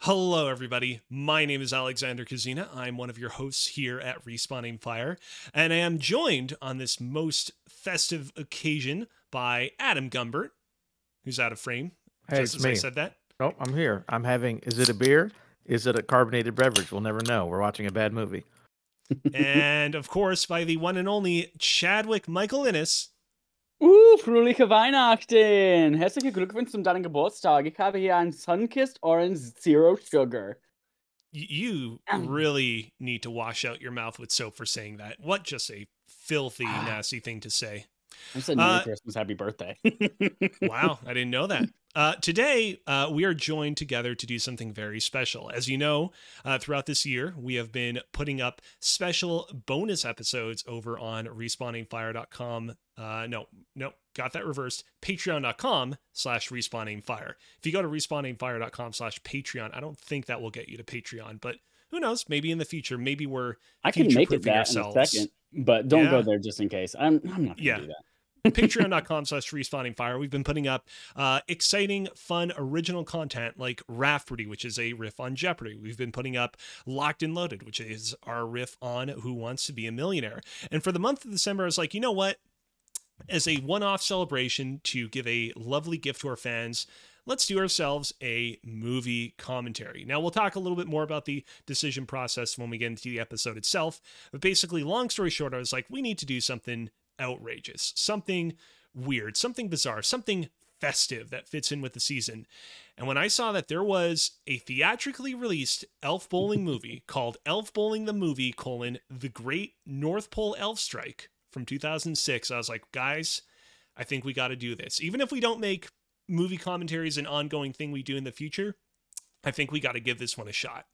Hello, everybody. My name is Alexander Kazina. I'm one of your hosts here at Respawning Fire, and I am joined on this most festive occasion by Adam Gumbert, who's out of frame. Hey, just it's as I me. said that. Oh, I'm here. I'm having. Is it a beer? Is it a carbonated beverage? We'll never know. We're watching a bad movie. and of course, by the one and only Chadwick Michael Innes. Uh, fröhliche Weihnachten! Herzlichen Glückwunsch zum deinem Geburtstag. Ich habe hier ein Sunkissed Orange Zero Sugar. Y- You Um. really need to wash out your mouth with soap for saying that. What just a filthy, Ah. nasty thing to say. I said Merry Uh, Christmas, Happy Birthday. wow, I didn't know that. Uh, today, uh, we are joined together to do something very special. As you know, uh, throughout this year, we have been putting up special bonus episodes over on respawningfire.com. Uh, no, no, got that reversed. Patreon.com slash respawningfire. If you go to respawningfire.com slash Patreon, I don't think that will get you to Patreon, but who knows? Maybe in the future, maybe we're I can make future-proofing it that in a yourselves. second, but don't Yeah. go there just in case. I'm, I'm not going to Yeah. do that. patreon.com slash respawning fire we've been putting up uh, exciting fun original content like rafferty which is a riff on jeopardy we've been putting up locked and loaded which is our riff on who wants to be a millionaire and for the month of december i was like you know what as a one-off celebration to give a lovely gift to our fans let's do ourselves a movie commentary now we'll talk a little bit more about the decision process when we get into the episode itself but basically long story short i was like we need to do something outrageous, something weird, something bizarre, something festive that fits in with the season. And when I saw that there was a theatrically released elf bowling movie called Elf Bowling the Movie colon The Great North Pole Elf Strike from 2006, I was like, guys, I think we got to do this. Even if we don't make movie commentaries an ongoing thing we do in the future, I think we got to give this one a shot.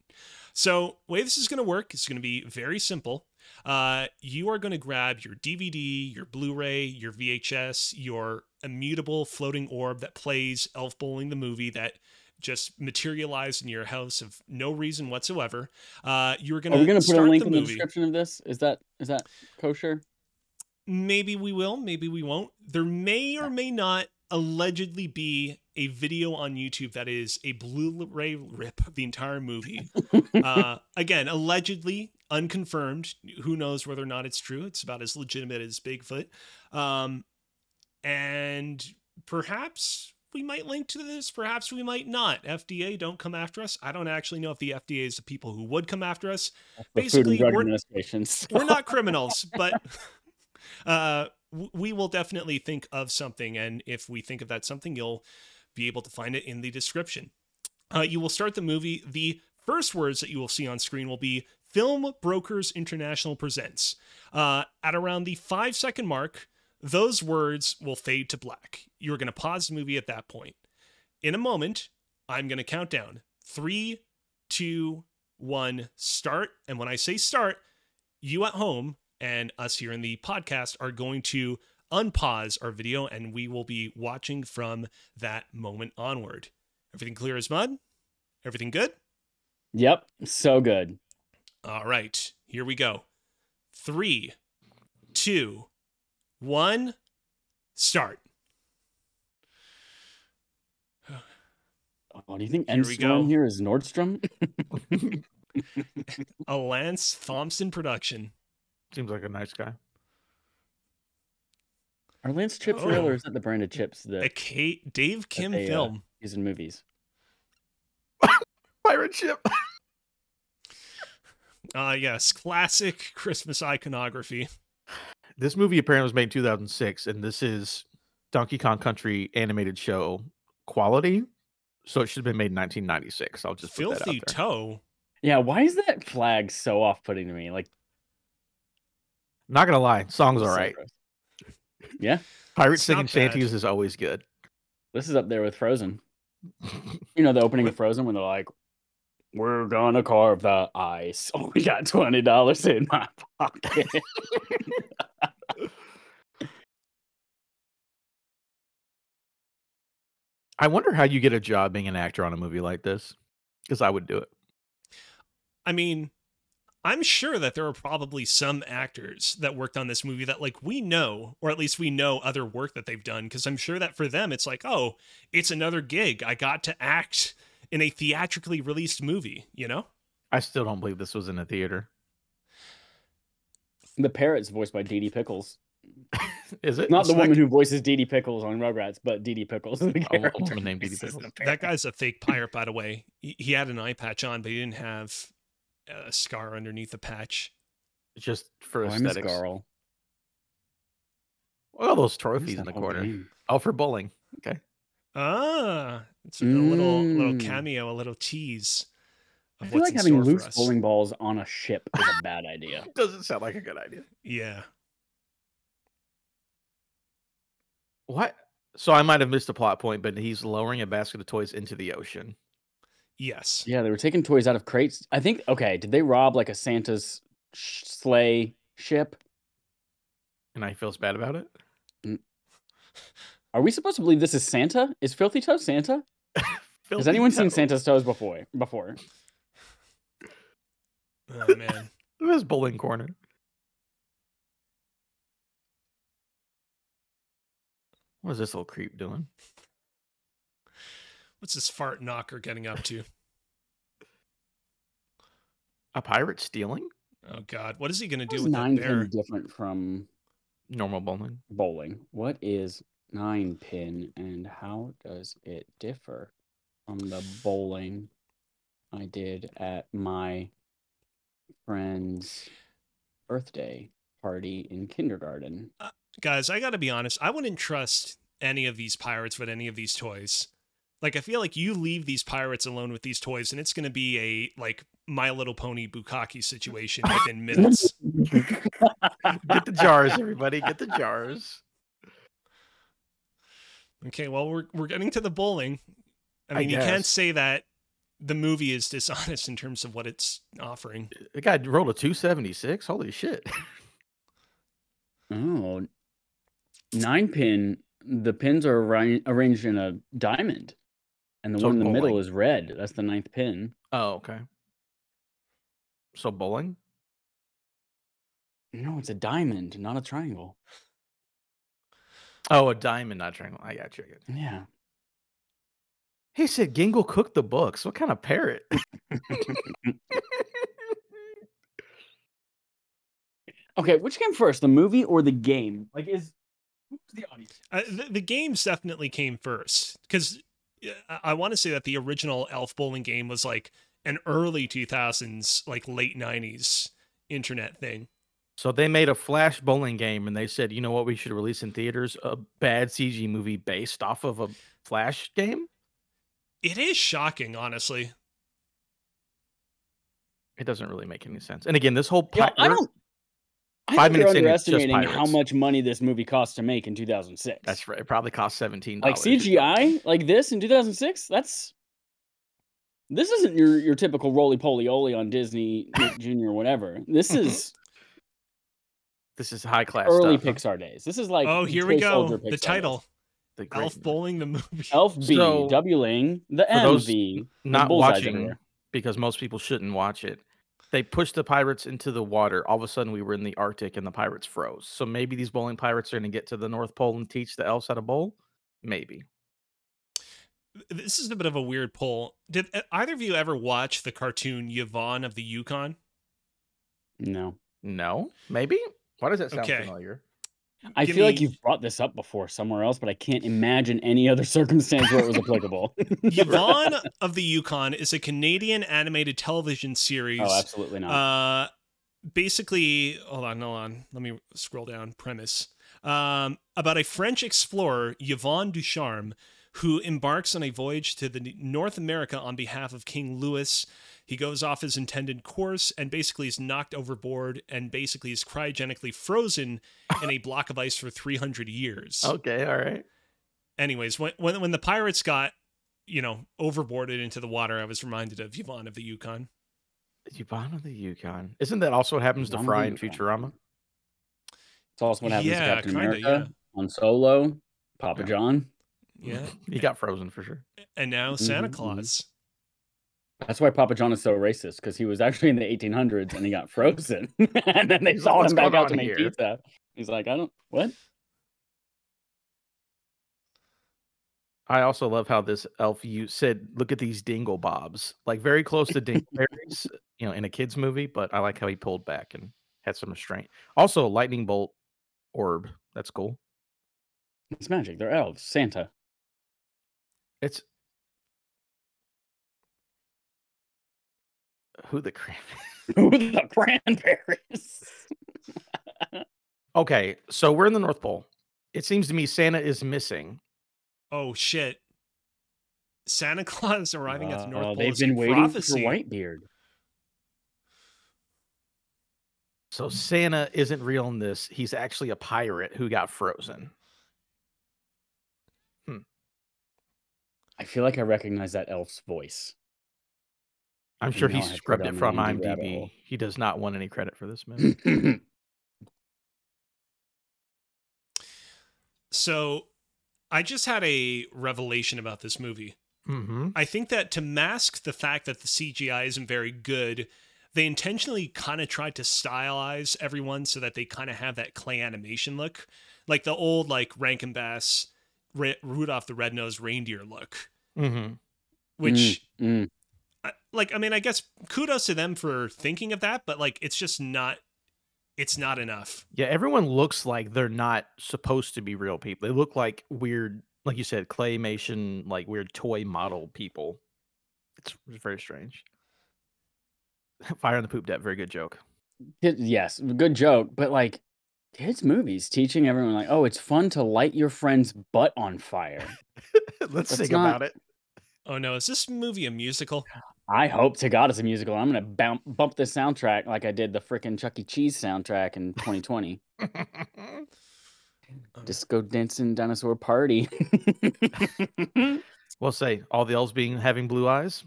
So, way this is going to work, it's going to be very simple. Uh, you are going to grab your DVD, your Blu-ray, your VHS, your immutable floating orb that plays Elf Bowling the movie that just materialized in your house of no reason whatsoever. Uh, you're going Are we to going to put a start link the in the movie. description of this? Is that is that kosher? Maybe we will, maybe we won't. There may or may not allegedly be a video on YouTube that is a Blu-ray rip of the entire movie. uh, again, allegedly, unconfirmed. Who knows whether or not it's true? It's about as legitimate as Bigfoot. Um, and perhaps we might link to this. Perhaps we might not. FDA, don't come after us. I don't actually know if the FDA is the people who would come after us The Food Basically, and Drug we're- Administration. so- we're not criminals, but uh, w- we will definitely think of something. And if we think of that something, you'll be able to find it in the description. Uh, you will start the movie. The first words that you will see on screen will be Film Brokers International Presents. Uh, at around the five second mark, those words will fade to black. You're going to pause the movie at that point. In a moment, I'm going to count down three, two, one, start. And when I say start, you at home and us here in the podcast are going to unpause our video and we will be watching from that moment onward. Everything clear as mud? Everything good? Yep, so good. All right, here we go. Three, two, one, start. Oh, do you think Here we go. Nordstrom here is Nordstrom? A Lance Thompson production. Seems like a nice guy. Are Lance chips real Oh. or is that the brand of chips A that K- Dave Kim they, uh, film. is in movies? Pirate ship. Ah, yes, classic Christmas iconography. This movie apparently was made in 2006, and this is Donkey Kong Country animated show quality. So it should have been made in 1996. I'll just put Filthy that out there. toe. Yeah, why is that flag so off putting to me? Like, Not gonna lie, song's so all right. gross. Pirate It's singing not bad. shanties is always good. This is up there with Frozen. You know, the opening of Frozen when they're like, we're gonna carve the ice. Oh, we got $20 in my pocket. I wonder how you get a job being an actor on a movie like this, because I would do it. I mean, I'm sure that there are probably some actors that worked on this movie that, like, we know, or at least we know other work that they've done, because I'm sure that for them, it's like, oh, it's another gig. I got to act in a theatrically released movie, you know? I still don't believe this was in a theater. The parrot's voiced by Dee Dee Pickles. Is it? Not It's the woman who voices Dee Dee Pickles on Rugrats, but Dee Dee Pickles is the a wo- character. a woman named Dee Dee This is Oh, Pickles. the That parrot. guy's a fake pirate, by the way. He, he had an eye patch on, but he didn't have a scar underneath the patch. just for Oh, I miss aesthetics. Garl. All those I miss trophies in that the whole corner. game. Oh, for bowling. Ah, it's a little little Mm. cameo, a little tease. I Of feel what's like in having store for loose us. bowling balls on a ship is a bad idea. Doesn't sound like a good idea. Yeah. What? So I might have missed a plot point, but he's lowering a basket of toys into the ocean. Yes. Yeah, they were taking toys out of crates. I think. Okay, did they rob like a Santa's sh- sleigh ship? And I feels bad about it. Are we supposed to believe this is Santa? Is Filthy Toe Santa? Has Filthy anyone toe. seen Santa's toes before? Before Oh man. This bowling corner. What is this little creep doing? What's this fart knocker getting up to? A pirate stealing? Oh god, what is he gonna How is do with nine that pin bear? different from Normal bowling. bowling? What is nine pin, and how does it differ from the bowling I did at my friend's birthday party in kindergarten? Guys, I gotta be honest, I wouldn't trust any of these pirates with any of these toys. Like I feel like you leave these pirates alone with these toys and it's gonna be a like My Little Pony Bukaki situation within minutes. Get the jars, everybody. Get the jars. Okay, well we're we're getting to the bowling. I I mean, you can't guess. say that the movie is dishonest in terms of what it's offering. The guy rolled a 276. Holy shit. Oh, nine pin. The pins are arra- arranged in a diamond, and the So one in the middle bowling. is red. That's the ninth pin. Oh, okay. So bowling? No, it's a diamond, not a triangle. Oh, a diamond, not triangle. I got you. I got you. Yeah. He said Gingle cooked the books. What kind of parrot? Okay, which came first, the movie or the game? Like, is who's the audience? Uh, the, the games definitely came first because I, I want to say that the original Elf Bowling game was like an early 2000s, like late 90s internet thing. so they made a flash bowling game and they said, you know what, we should release in theaters a bad CG movie based off of a flash game? It is shocking, honestly. It doesn't really make any sense. And again, this whole Yeah, pi- I we're- don't. I Five think you're minutes in, it's just underestimating how pirates. much money this movie cost to make in 2006. that's right. It probably cost seventeen. Like CGI, like this in 2006. That's this isn't your your typical roly poly oly on Disney Nick Jr. or whatever. This is This is high class. early stuff. Pixar days. This is like oh, the here we Toy Soldier go. Pixar The days. title The great- Elf Bowling the Movie. Elf B So- W Ling the for those MV. not bullseyes watching everywhere. because most people shouldn't watch it. They pushed the pirates into the water. All of a sudden, we were in the Arctic and the pirates froze. So maybe these bowling pirates are going to get to the North Pole and teach the elves how to bowl. Maybe. This is a bit of a weird poll. Did uh, either of you ever watch the cartoon Yvonne of the Yukon? No, No. Maybe. Why does that sound Okay. familiar? I Give feel like me- you've brought this up before somewhere else, but I can't imagine any other circumstance where it was applicable. Yvonne of the Yukon is a Canadian animated television series Oh, absolutely not. Uh, basically, hold on, hold on. Let me scroll down. Premise um, about a French explorer, Yvon Ducharme, who embarks on a voyage to the North America on behalf of King Louis. He goes off his intended course and basically is knocked overboard and basically is cryogenically frozen in a block of ice for 300 years Okay. All right. anyways, when when when the pirates got, you know, overboarded into the water, I was reminded of Yvonne of the Yukon. Yvonne of the Yukon. Isn't that also what happens to Yvonne of the Fry in Yukon. Futurama? It's also what happens yeah, to Captain kinda, America on Solo, Papa Yeah. John. Yeah, He got frozen for sure. yeah. And now Santa Mhm, mhm. Claus. That's why Papa John is so racist because he was actually in the 1800s and he got frozen, and then they He's like, saw "What's him back going out on to here?" make pizza. He's like, I don't what. I also love how this elf you said, "Look at these dingle bobs," like very close to dingleberries, you know, in a kids movie. But I like how he pulled back and had some restraint. Also, a lightning bolt orb. That's cool. It's magic. They're elves. Santa. It's who the crap. Ooh, the cranberries. Okay, so we're in the North Pole. It seems to me Santa is missing. Oh shit! Santa Claus arriving at the North Wow, Pole. Uh, They've is been a waiting prophecy. for Whitebeard. So Santa isn't real in this. He's actually a pirate who got frozen. I feel like I recognize that elf's voice. I'm You sure know he I have to scrubbed go it down from the IMDb rabbit IMDb. hole. He does not want any credit for this movie. That's So, I just had a revelation about this movie. mm-hmm. I think that to mask the fact that the CGI isn't very good, they intentionally kind of tried to stylize everyone so that they kind of have that clay animation look, like the old like Rankin Bass, Ra- Rudolph the Red-Nosed Reindeer look, Mm-hmm. which. Mm. I- like I mean, I guess kudos to them for thinking of that, but like it's just not it's not enough. Yeah, everyone looks like they're not supposed to be real people. They look like weird, like you said, claymation, like weird toy model people. It's very strange. Fire in the poop debt. Very good joke. It- yes, good joke, but like kids' movies teaching everyone like, oh, it's fun to light your friend's butt on fire. Let's That's think not- about it. Oh no, is this movie a musical? I hope to God it's a musical. I'm gonna bump bump this soundtrack like I did the frickin' Chuck E. Cheese soundtrack in 2020. Disco dancing dinosaur party. Well, say all the elves being having blue eyes.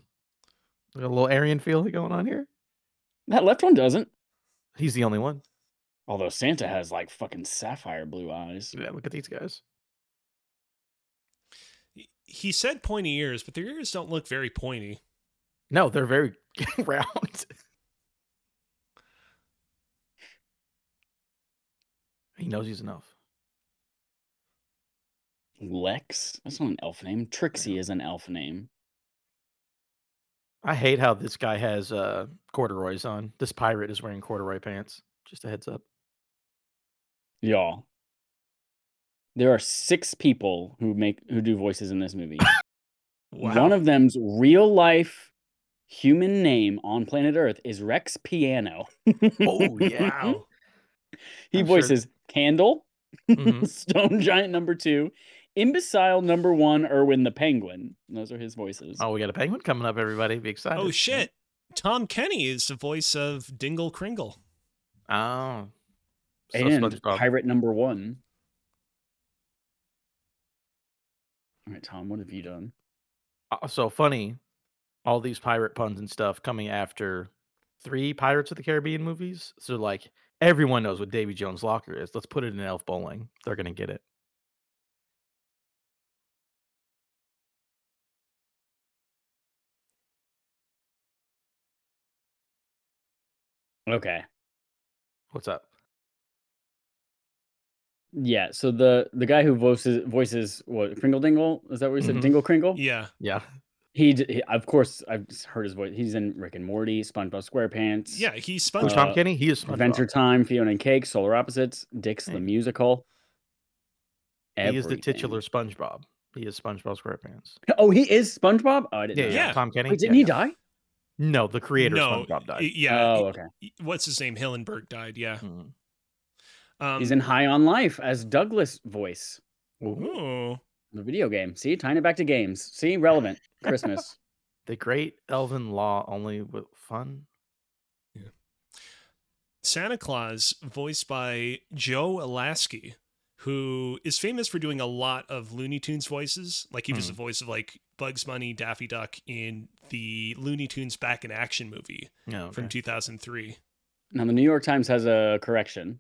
Got a little Aryan feel going on here. that left one doesn't. He's the only one. Although Santa has like fucking sapphire blue eyes. Yeah, look at these guys. He said pointy ears, but their ears don't look very pointy. No, they're very round. he knows he's enough. Lex. That's not an elf name. Trixie is an elf name. I hate how this guy has uh corduroys on. This pirate is wearing corduroy pants. Just a heads up. Y'all. There are six people who make who do voices in this movie. One of them's real life human name on planet Earth is Rex Piano. Oh yeah. wow. He I'm sure- voices Candle, Mhm. Stone Giant number two, Imbecile number one, Erwin the Penguin. Those are his voices. Oh, we got a penguin coming up, everybody. Be excited. oh shit. Tom Kenny is the voice of Dingle Kringle. Oh. So and SpongeBob. Pirate number one. All right, Tom, what have you done? Uh, so funny. All these pirate puns and stuff coming after three Pirates of the Caribbean movies. So like everyone knows what Davy Jones' locker is. Let's put it in Elf Bowling. They're gonna get it. Okay. What's up? Yeah, so the the guy who voices voices what Kringle Dingle is that what you said Mhm. Dingle Kringle? Yeah. Yeah. He, d- he of course I've s- heard his voice. He's in Rick and Morty, SpongeBob SquarePants, Yeah, he's Who's SpongeBob. Tom Uh, Kenny? He is SpongeBob. Adventure Time, Fiona and Cake, Solar Opposites, Dick's the Hey. Musical. He is the everything. titular SpongeBob. He is SpongeBob SquarePants. Oh, he is SpongeBob. Oh, I didn't. Yeah, know yeah, that. Yeah. Tom Kenny. Wait, Yeah, didn't he yeah. die? No, the creator no, of SpongeBob died. y- Yeah. Oh, okay. y- What's his name? Hillenberg died. Yeah. Mm. Um, He's in High on Life as Douglas voice. ooh. in The video game. See, tying it back to games. See, relevant. Christmas. The Great Elven Law only with fun. Santa Claus, voiced by Joe Alasky, who is famous for doing a lot of Looney Tunes voices. Like he was Hmm. the voice of like Bugs Bunny, Daffy Duck in the Looney Tunes Back in Action movie No, from 2003. now, the New York Times has a correction.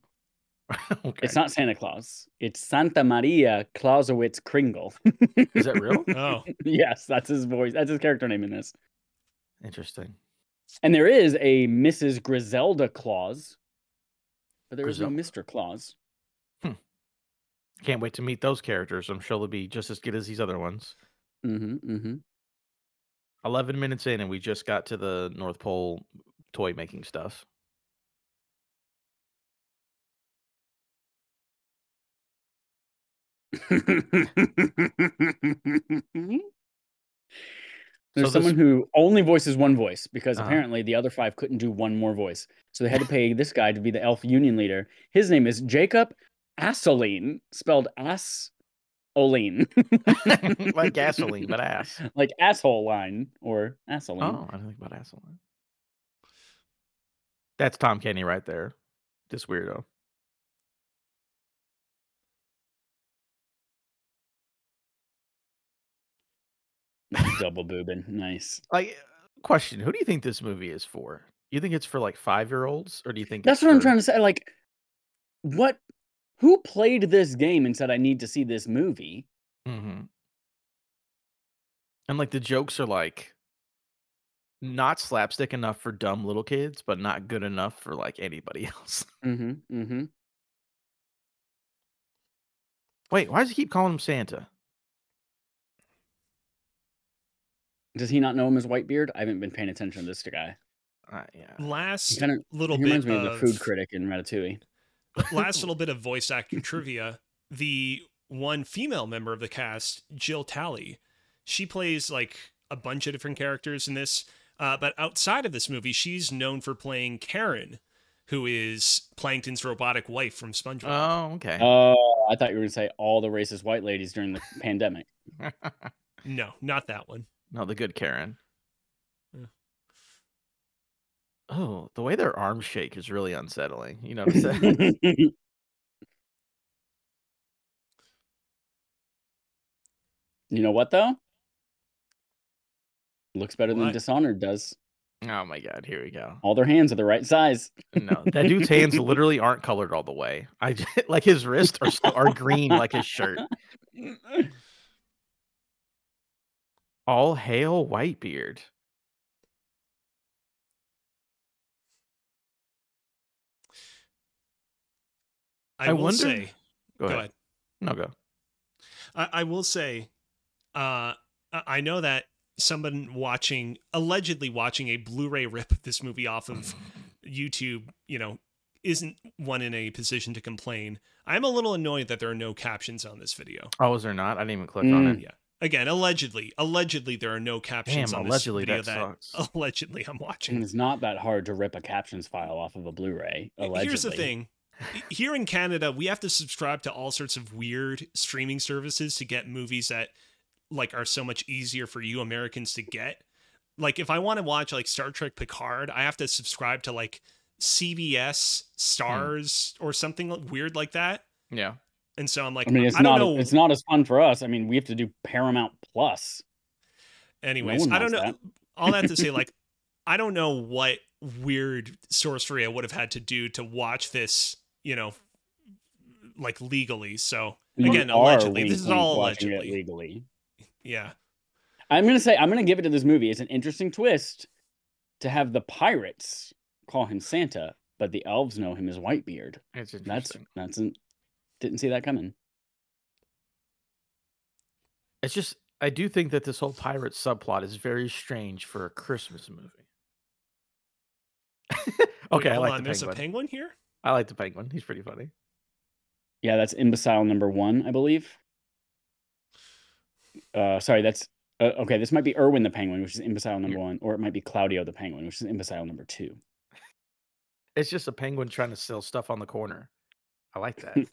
It's not Santa Claus. It's Santa Maria Clausewitz Kringle. Is that real? Oh, yes, that's his voice. That's his character name in this. Interesting. And there is a Mrs. Griselda Claus, but there is no Mr. Claus. Can't wait to meet those characters. I'm sure they'll be just as good as these other ones. Mm-hmm. Mm-hmm. 11 minutes in, and we just got to the North Pole toy making stuff. There's So mm-hmm. this- someone who only voices one voice because Uh-huh. apparently the other five couldn't do one more voice. So they had to pay this guy to be the elf union leader. His name is Jacob Assoline, spelled ass Oline. like gasoline, but ass. like asshole line or assoline. Oh, I don't think about asshole. That's Tom Kenny right there. This weirdo. Double boobin. Nice. Like, uh, question: Who do you think this movie is for? You think it's for like five year olds, or do you think That's it's what I'm for- trying to say. Like, what? Who played this game and said, I need to see this movie? Mm-hmm. And like the jokes are like not slapstick enough for dumb little kids, but not good enough for like anybody else. Mm-hmm. Mm-hmm. Wait, why does he keep calling him Santa? Does he not know him as Whitebeard? I haven't been paying attention to this guy. Uh, yeah. Last Kinda- little he bit reminds me of the of- food critic in Ratatouille. last little bit of voice actor trivia the one female member of the cast jill talley she plays like a bunch of different characters in this uh, but outside of this movie she's known for playing karen who is plankton's robotic wife from spongebob Oh, okay. Oh, I thought you were going to say all the racist white ladies during the pandemic. no not that one no, the good Karen. Yeah. Oh, the way their arms shake is really unsettling. You notice that? That's You know what though? Looks better What? than Dishonored does. oh my god, here we go. All their hands are the right size. No, that dude's hands literally aren't colored all the way. I j- like his wrists are s- are green like his shirt. All hail Whitebeard. i, I will wonder- say Go, go ahead. ahead No, go. I, I will say, uh, I I know that someone watching, allegedly watching a Blu-ray rip of this movie off of YouTube, you know, isn't one in a position to complain. I'm a little annoyed that there are no captions on this video. Oh, is there not? I didn't even click Mm, on it. Again, allegedly, allegedly there are no captions Damn, on allegedly this video Oh. that sucks. allegedly I'm watching. It's not that hard to rip a captions file off of a Blu-ray. Allegedly. Here's the thing. Here in Canada, we have to subscribe to all sorts of weird streaming services to get movies that like are so much easier for you Americans to get. Like if I want to watch like Star Trek Picard, I have to subscribe to like CBS Hmm. Stars or something like- weird like that. Yeah. And so I'm like, I I, mean, it's don't not know. it's not as fun for us. I mean, we have to do Paramount Plus. Anyways, one I don't know. wants All that to say, like, I don't know what weird sorcery I would have had to do to watch this, you know, like legally. So And we again, are allegedly, this wink, is wink, all watching it allegedly. legally. Yeah, I'm gonna say I'm gonna give it to this movie. It's an interesting twist to have the pirates call him Santa, but the elves know him as Whitebeard. It's That's interesting. that's an, didn't see that coming. It's just I do think that this whole pirate subplot is very strange for a Christmas movie. okay, Wait, I hold like on. the There's penguin. a penguin here. I like the penguin. He's pretty funny. Yeah, that's imbecile number one, I believe. Uh, sorry, that's uh, okay. This might be Erwin the Penguin, which is imbecile number one, or it might be Claudio the Penguin, which is imbecile number two. It's just a penguin trying to sell stuff on the corner. I like that.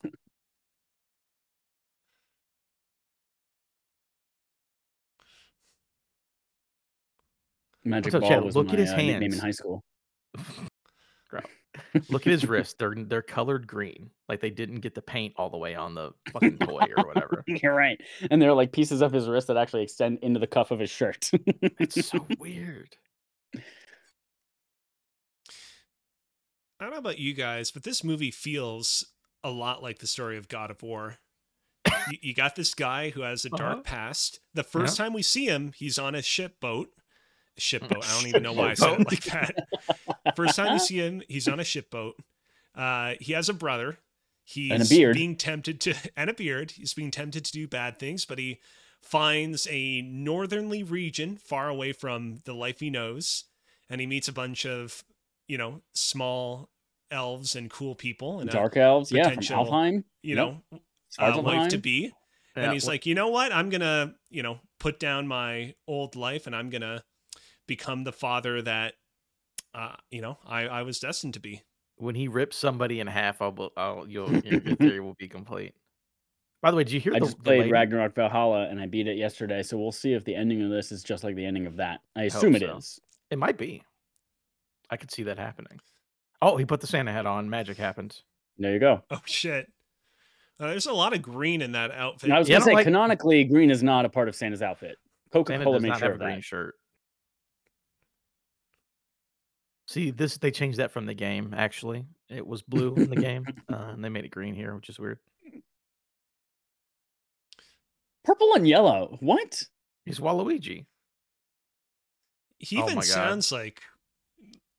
Magic up, Ball Chad? was Look my at his uh, nickname in hands. high school. Look at his wrists. They're they're colored green. Like they didn't get the paint all the way on the fucking toy or whatever. You're right. And there are like pieces of his wrist that actually extend into the cuff of his shirt. It's so weird. I don't know about you guys, but this movie feels a lot like the story of God of War. you, you got this guy who has a dark Uh-huh. past. The first time we see him, he's on a ship boat. Ship boat. I don't even know why I Ship said it boat. like that. First time we see him, he's on a ship boat. Uh, he has a brother. He's beard. being tempted to and a beard. He's being tempted to do bad things, but he finds a northernly region far away from the life he knows, and he meets a bunch of, you know, small elves and cool people and a, Dark elves, yeah, from potential- Alfheim. you Yep. know, uh, wife to Svartalfheim. be. Yeah, and he's well, like, you know what? I'm gonna, you know, put down my old life, and I'm gonna become the father that, uh, you know, I I was destined to be. when he rips somebody in half, I'll, be- I'll you'll, your, your theory will be complete. By the way, did you hear I the, just the played lady? Ragnarok Valhalla and I beat it yesterday, so we'll see if the ending of this is just like the ending of that. I Hope assume it so. is. It might be. I could see that happening. Oh, he put the Santa hat on. Magic happens. There you go. Oh shit! Uh, there's a lot of green in that outfit. And I was Yeah, I gonna don't say like- canonically, green is not a part of Santa's outfit. Coca Santa Cola does made not sure have a of green that. shirt. See this? They changed that from the game. Actually, it was blue in the game, uh, and they made it green here, which is weird. Purple and yellow. What? He's Waluigi. he Oh my even God. sounds like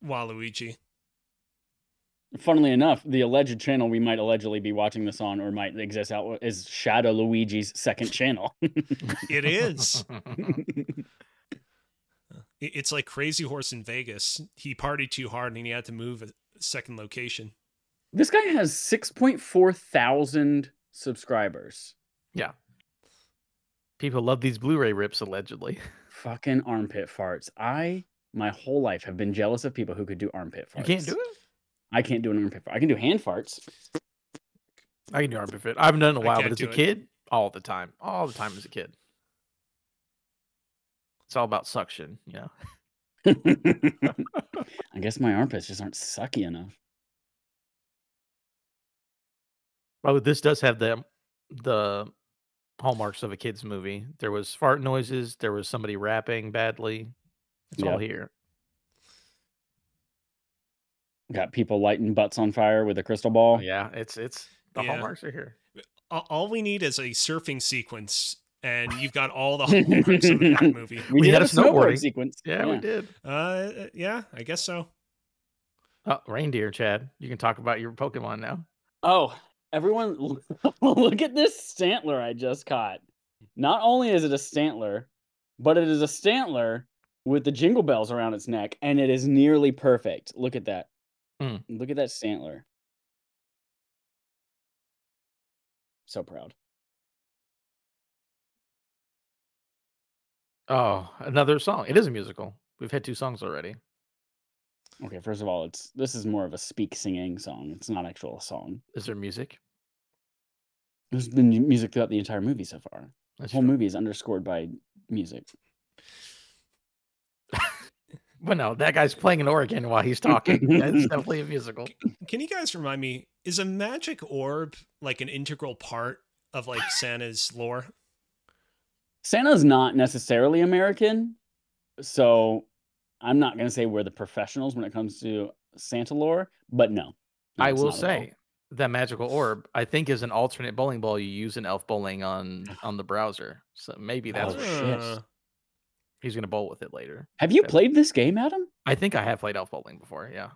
Waluigi. Funnily enough, the alleged channel we might allegedly be watching this on or might exist out is Shadow Luigi's second channel. It is. It- It's like Crazy Horse in Vegas. He partied too hard, and he had to move a second location. this guy has 6.4 thousand subscribers. People love these Blu-ray rips allegedly. Fucking armpit farts. I my whole life have been jealous of people who could do armpit farts. You can't do it. I can't do an armpit fart. I can do hand farts. I can do armpit fit. I haven't done it I in a while, but can't as a do it. kid, all the time, all the time as a kid. It's all about suction, you know. I guess my armpits just aren't sucky enough. Oh, this does have the the hallmarks of a kids movie. There was fart noises. There was somebody rapping badly. It's all here. Got people lighting butts on fire with a crystal ball. yeah, it's it's the Yeah. hallmarks are here. A- All we need is a surfing sequence, and you've got all the hallmarks of that movie. We, had did a a snowboard snowboarding. sequence. Yeah, we did. Uh, yeah, I guess so. Oh, reindeer, Chad. You can talk about your Pokemon now. Oh, everyone, l- look at this stantler I just caught. Not only is it a stantler, but it is a stantler with the jingle bells around its neck, and it is nearly perfect. Look at that. Mm. Look at that stantler. So proud. Oh, another song. It is a musical. We've had two songs already. Okay, first of all, it's this is more of a speak singing song. It's not actual a song. Is there music? There's been mu- music throughout the entire movie so far. The That's whole true. movie is underscored by music. But no, that guy's playing an organ while he's talking. That's definitely a musical. Can you guys remind me? Is a magic orb like an integral part of like Santa's lore? Santa's not necessarily American, so I'm not going to say we're the professionals when it comes to Santa lore, but no. No, I it's will not at all. say that magical orb, I think, is an alternate bowling ball you use in Elf Bowling on on the browser. So maybe that's Oh, what shit. Uh, he's gonna bowl with it later. Have you that- played this game, Adam? I think I have played Elf Bowling before. Yeah,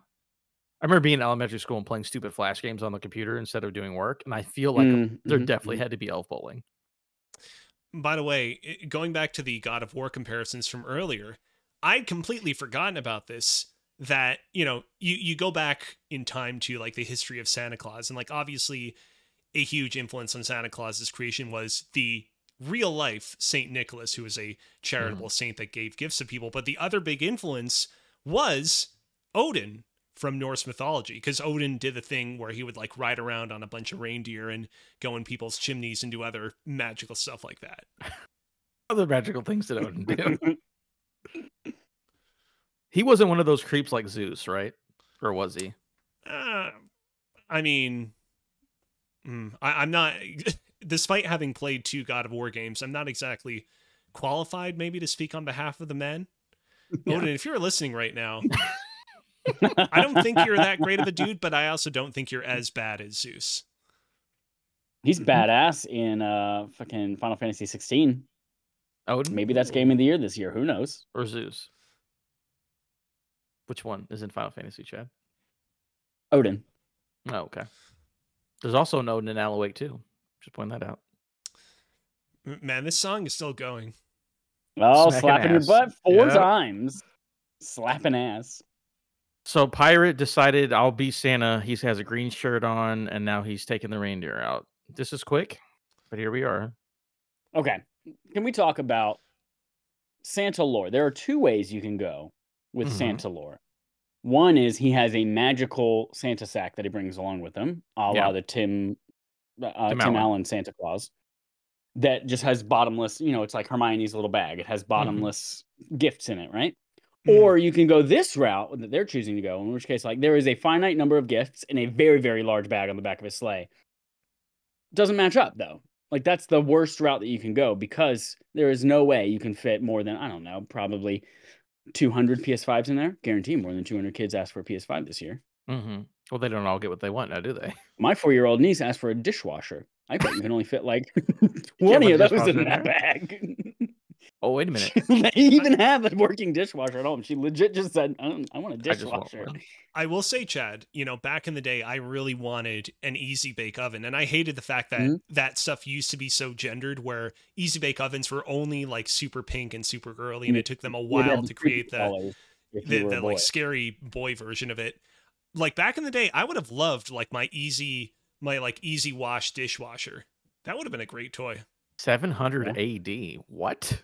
I remember being in elementary school and playing stupid flash games on the computer instead of doing work, and I feel like Mm, there mhm, definitely mhm. had to be Elf Bowling. By the way, i- going back to the God of War comparisons from earlier, I'd completely forgotten about this. That you know, you you go back in time to like the history of Santa Claus, and like obviously, a huge influence on Santa Claus's creation was the real life Saint Nicholas, who was a charitable saint that gave gifts to people. But the other big influence was Odin from Norse mythology, because Odin did the thing where he would like ride around on a bunch of reindeer and go in people's chimneys and do other magical stuff like that. Other magical things that Odin do. he wasn't one of those creeps like Zeus, right? Or was he? Uh, I mean, mm, I, I'm not, despite having played two God of War games, I'm not exactly qualified maybe to speak on behalf of the men. Yeah. Odin, if you're listening right now, I don't think you're that great of a dude, but I also don't think you're as bad as Zeus. He's badass in uh fucking Final Fantasy 16. Odin? Maybe that's game of the year this year. Who knows? or Zeus? Which one is in Final Fantasy, Chad? Odin. Oh, okay. There's also an Odin in Alan Wake too. Just point that out. M- Man, this song is still going. Oh, Smacking slapping your ass. butt four Yep. times. Slapping ass. So Pirate decided I'll be Santa. He has a green shirt on, and now he's taking the reindeer out. This is quick, but here we are. Okay. Can we talk about Santa lore? There are two ways you can go with Mhm. Santa lore. One is he has a magical Santa sack that he brings along with him, a la Yeah. the Tim, uh, Tim, Tim Allen. Allen. Santa Claus, that just has bottomless, you know, it's like Hermione's little bag. It has bottomless gifts in it, right? Mm-hmm. Or you can go this route that they're choosing to go, in which case, like, there is a finite number of gifts in a very, very large bag on the back of his sleigh. Doesn't match up, though. Like, that's the worst route that you can go because there is no way you can fit more than, I don't know, probably 200 PS5s in there. Guarantee more than 200 kids asked for a PS5 this year. hmm Well, they don't all get what they want now, do they? My four year old niece asked for a dishwasher. I bet you can only fit like put 20 a of those dishwasher in in that there. bag. Oh, wait a minute. they even have a working dishwasher at home. She legit just said, I, don't- I want a I just want dishwasher. one. I will say, Chad, you know, back in the day, I really wanted an easy bake oven. And I hated the fact that Mhm. that stuff used to be so gendered, where easy bake ovens were only like super pink and super girly. And it took them a You'd Mm-hmm. have while to the create creepy the, crawlers if you the, were a the boy. like scary boy version of it. Like back in the day, I would have loved like my easy my like easy wash dishwasher. That would have been a great toy. 700 AD. What?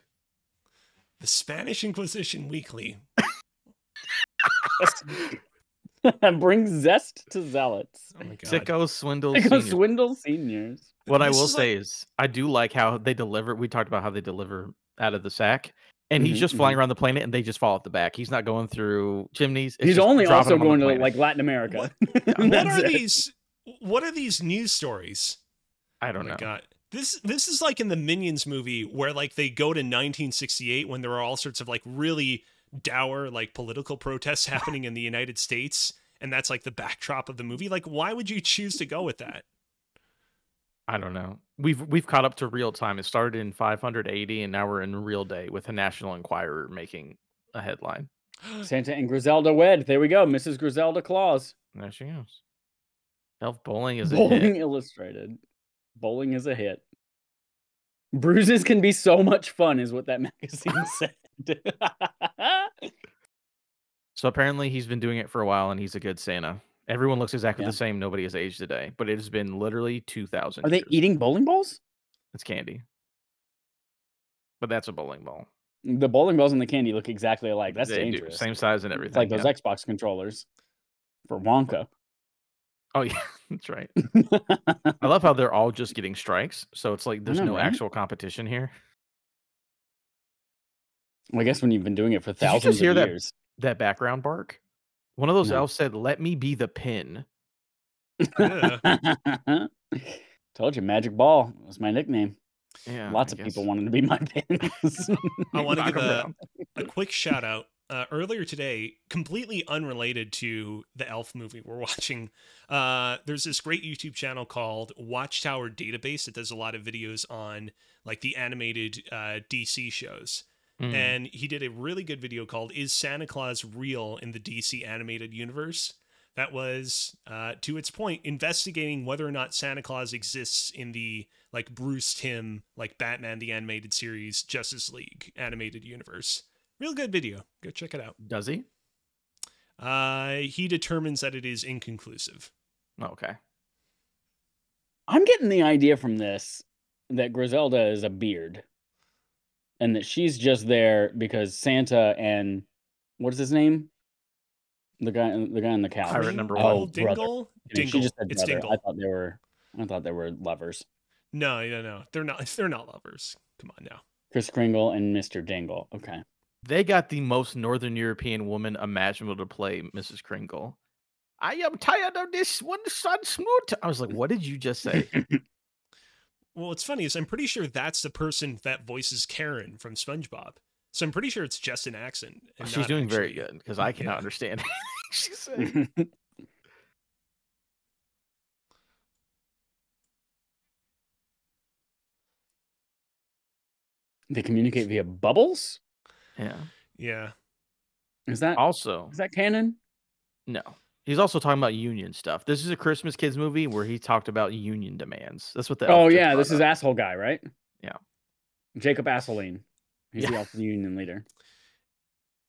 The Spanish Inquisition Weekly. Bring zest to zealots. Oh my god. Sicko Swindle. Because Senior. Swindle seniors. what I This will is like- say is, I do like how they deliver. We talked about how they deliver out of the sack, and Mhm, he's just flying around the planet, and they just fall off the back. He's not going through chimneys. it's He's just only dropping also him on the going to planet. like Latin America. And What that's are it. these what are these news stories? I Oh don't my know. god. This this is like in the Minions movie where like they go to 1968 when there are all sorts of like really dour like political protests happening in the United States and that's like the backdrop of the movie. Like why would you choose to go with that? I don't know. We've we've caught up to real time. It started in 580, and now we're in real day with the National Enquirer making a headline. Santa and Griselda wed. There we go. Mrs. Griselda Claus. And there she goes. Elf bowling is a Bowling hit. Illustrated. Bowling is a hit. Bruises can be so much fun, is what that magazine said. So apparently he's been doing it for a while, and he's a good Santa. Everyone looks exactly Yeah. the same. Nobody has aged a day, but it has been literally 2,000. Are they years. eating bowling balls? It's candy. But that's a bowling ball. The bowling balls and the candy look exactly alike. That's They do, dangerous. Same size and It's everything. like yeah. those Xbox controllers for Wonka. Oh yeah, that's right. I love how they're all just getting strikes. So it's like there's know, no right? actual competition here. Well, I guess when you've been doing it for you just thousands hear of that- years. That background bark. One of those No. elves said, "Let me be the pin." Yeah. Told you, Magic Ball was my nickname. Yeah, Lots I of people guess. wanted to be my pins. I want to Rock give 'em a, around. a quick shout out. Uh, earlier today, completely unrelated to the Elf movie we're watching, uh, there's this great YouTube channel called Watchtower Database that does a lot of videos on like the animated uh, DC shows. Mm. And he did a really good video called "Is Santa Claus Real in the DC Animated Universe?" That was, uh, to its point, investigating whether or not Santa Claus exists in the like Bruce Tim, like Batman the Animated Series, Justice League Animated Universe. Real good video. Go check it out. Mm. Does he? Uh, he determines that it is inconclusive. Okay. I'm getting the idea from this that Griselda is a beard and that she's just there because Santa and what's his name? The guy the guy in the couch. Pirate number Dingle, one. Dingle, Kidding, Dingle. She just said It's brother. Dingle. I thought they were I thought they were lovers. No, no, no. They're not. They're not lovers. Come on now. Chris Kringle and Mr. Dingle. Okay. They got the most Northern European woman imaginable to play Mrs. Kringle. I am tired of this one sun smoot. I was like, what did you just say? Well, what's funny is I'm pretty sure that's the person that voices Karen from SpongeBob. So I'm pretty sure it's just an accent. and She's not doing very actually- good because I cannot Yeah. understand anything she's saying. That's They communicate via bubbles? Yeah. Yeah. Is that Also, is that canon? no. He's also talking about union stuff. This is a Christmas kids movie where he talked about union demands. That's what the Oh elf just yeah, brought this is up. asshole guy, right? Jacob Asseline. He's the Yeah. Alpha Union leader.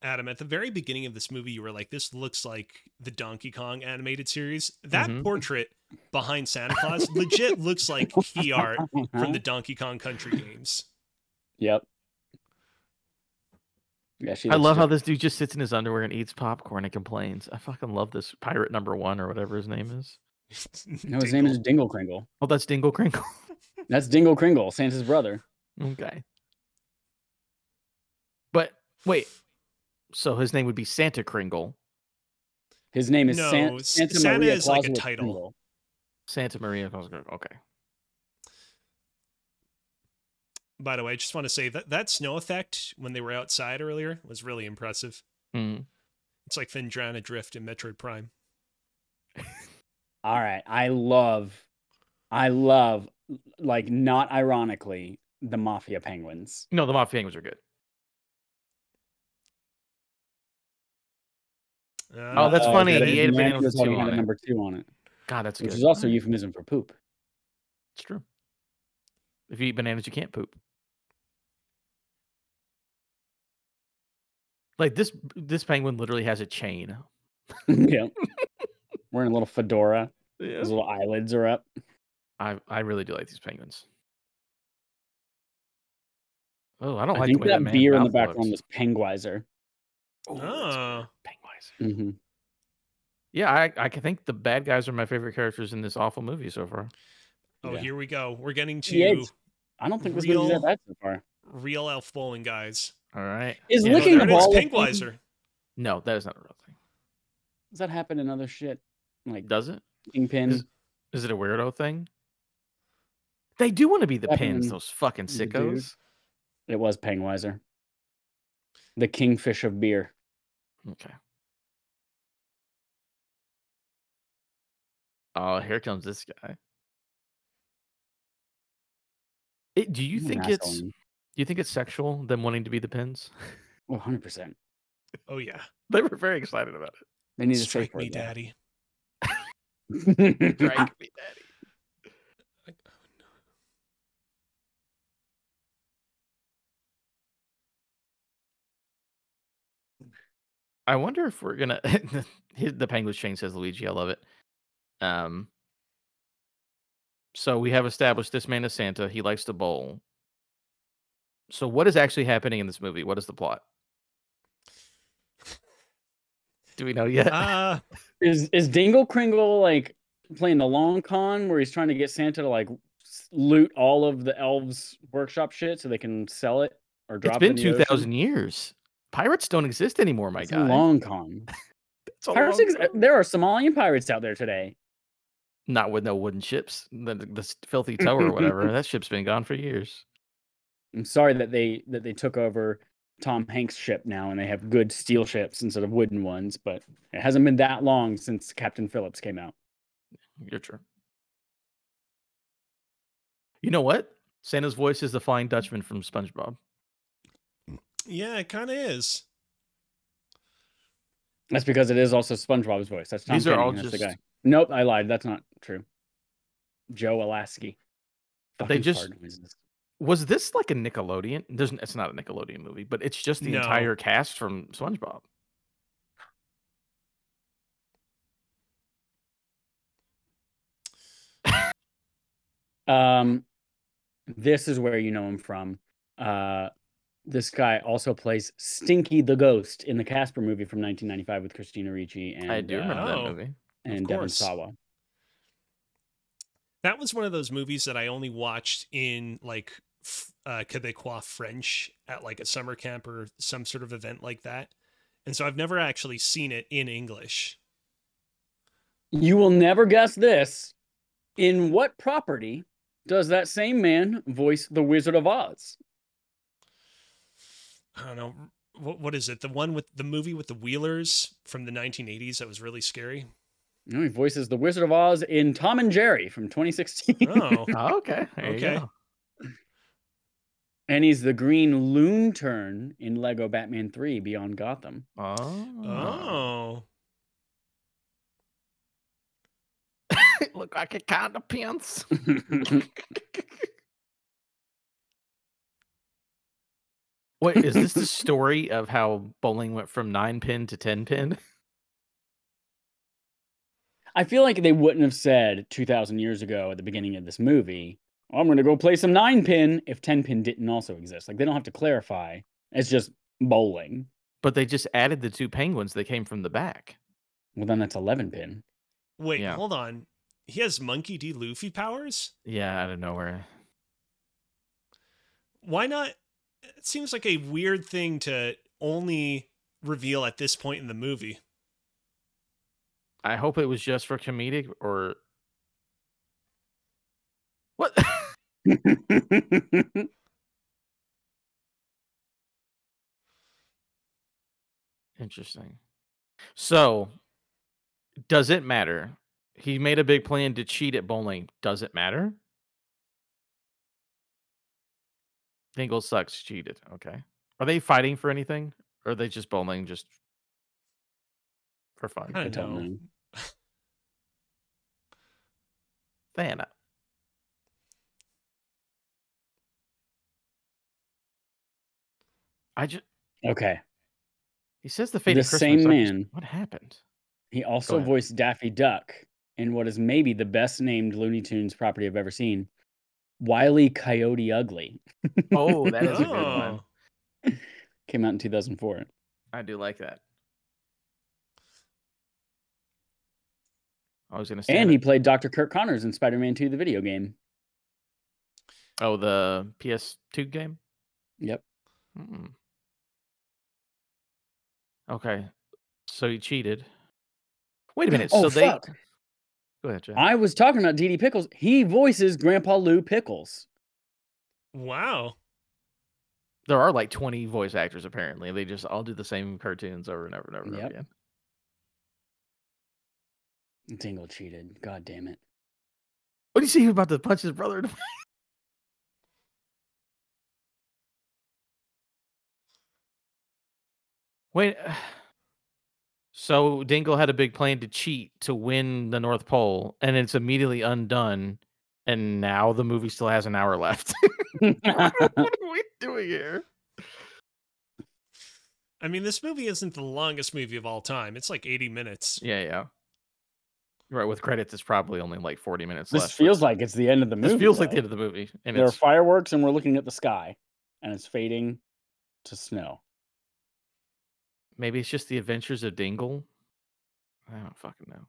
Adam, at the very beginning of this movie, you were like, this looks like the Donkey Kong animated series. That Mhm. portrait behind Santa Claus legit looks like key art from the Donkey Kong Country games. Yep. Yeah, she I looks love how different. this dude just sits in his underwear and eats popcorn and complains. I fucking love this pirate number one or whatever his name is. No, his name is Dingle Kringle. Oh, that's Dingle Crinkle. That's Dingle Kringle, Santa's brother. okay. But wait, so his name would be Santa Kringle, His name is No, San- S- Santa Santa Maria is like a Clausewitz title. Kringle. Santa Maria. Kringle. Okay. By the way, I just want to say that that snow effect when they were outside earlier was really impressive. Mm. It's like Findran Drift in Metroid Prime. All right, I love, I love, like not ironically, the Mafia Penguins. No, the Mafia Penguins are good. Oh, that's Uh, funny. that He is- ate a the banana answer is with why we two had on a it. number two on it, God, that's which good. is also a euphemism for poop. It's true. If you eat bananas, you can't poop. Like this, this penguin literally has a chain. yeah, wearing a little fedora. Yeah. His little eyelids are up. I I really do like these penguins. Oh, I don't I like think the way that, that man beer in the mouth background looks. was Penguiser. Ooh, that's Oh. Pennywise. Mhm. Yeah, I I can think the bad guys are my favorite characters in this awful movie so far. Oh, Yeah. here we go. We're getting to Yeah, it's- I don't think this movie's Real- that bad so far. real elf bowling guys. All right. Is Yeah, Oh, Licking there the it is, ball with Pinkweiser. No, that is not a real thing. Does that happen in other shit like Does it? Kingpin? Is- Is it a weirdo thing? They do want to be the That pins, means those fucking the dude. sickos. It was Penguiser. The kingfish of beer. Okay. Oh, here comes this guy. It, do you He's an think asshole it's and- Do you think it's sexual them wanting to be the pins? oh, 100%. Oh yeah. they were very excited about it. They need a safe Strike word. me, daddy. though. Drag me, daddy. I wonder if we're gonna. his- the penguin chain says Luigi. I love it. Um. So we have established this man is Santa. He likes to bowl. So what is actually happening in this movie? What is the plot? Do we know yet? Uh is is Dingle Kringle like playing the long con where he's trying to get Santa to like s- loot all of the elves workshop shit so they can sell it or it's drop it been in the two ocean? thousand years. Pirates don't exist anymore, my It's guy. a long con. It's a Pirates uh, long ex- time. there are Somalian pirates out there today. Not with no wooden ships. The, the the s- filthy Mm, tow or whatever. that ship's been gone for years. I'm sorry that they that they took over Tom Hanks' ship now and they have good steel ships instead of wooden ones, but it hasn't been that long since Captain Phillips came out. Your turn. You know what? Santa's voice is the Flying Dutchman from SpongeBob. yeah, it kinda is. That's because it is also SpongeBob's voice. That's Tom These are Kenny, all that's just. the guy. Nope, I lied. That's not true. Joe Alasky. But they Fucking just- fart noises. Was this like a Nickelodeon? There's. n- It's not a Nickelodeon movie, but it's just the No. entire cast from SpongeBob. Um, this is where you know him from. Uh, this guy also plays Stinky the Ghost in the Casper movie from 1995 with Christina Ricci and I do remember Oh. that movie. uh, and Devon course. Sawa. That was one of those movies that I only watched in like f- uh, Quebecois French at like a summer camp or some sort of event like that. And so I've never actually seen it in English. You will never guess this. In what property does that same man voice the Wizard of Oz? I don't know. What, what is it? The one with the movie with the Wheelers from the 1980s that was really scary? No, he voices the Wizard of Oz in Tom and Jerry from 2016. Oh, Oh, okay. There you Okay. go. And he's the green loon turn in Lego Batman 3 Beyond Gotham. Oh. oh. Look like a kind of pants. Wait, is this the story of how bowling went from nine pin to ten pin? I feel like they wouldn't have said 2,000 years ago at the beginning of this movie, "Oh, I'm going to go play some nine pin if 10 pin didn't also exist. Like, they don't have to clarify. It's just bowling. But they just added the two penguins that came from the back. Well, then that's 11 pin. Wait, Yeah. hold on. He has Monkey D. Luffy powers? Yeah, out of nowhere. Why not? It seems like a weird thing to only reveal at this point in the movie. I hope it was just for comedic or what? Interesting. So, does it matter? He made a big plan to cheat at bowling. Does it matter? Dingle sucks. Cheated. Okay. Are they fighting for anything? Or are they just bowling just for fun? I I don't don't know. know. Diana. I just Okay. he says the fate The of Christmas. same I'm just- man. What happened? He also ahead. voiced Daffy Duck in what is maybe the best named Looney Tunes property I've ever seen Wiley Coyote Ugly. Oh, that is a good one. Oh. Came out in 2004. I do like that. I was gonna say. And he played Dr. Kirk Connors in Spider Man 2, the video game. oh the PS2 game. Yep. Mm. Okay, so he cheated. Wait a minute. Oh, so they fuck. go ahead, Jeff. I was talking about DD Pickles. He voices Grandpa Lou Pickles. Wow. there are like 20 voice actors apparently and they just all do the same cartoons over and over and over, and Yep. over again Dingle cheated. God damn it. what do you see about to punch his brother in the face? wait so dingle had a big plan to cheat to win the north pole and it's immediately undone and now the movie still has an hour left what are we doing here I mean, this movie isn't the longest movie of all time. It's like 80 minutes. yeah yeah right with credits it's probably only like 40 minutes this left but- feels like it's the end of the movie. This feels like though. the end of the movie, and There are it's fireworks, and we're looking at the sky, and it's fading to snow. maybe it's just the Adventures of Dingle. I don't fucking know.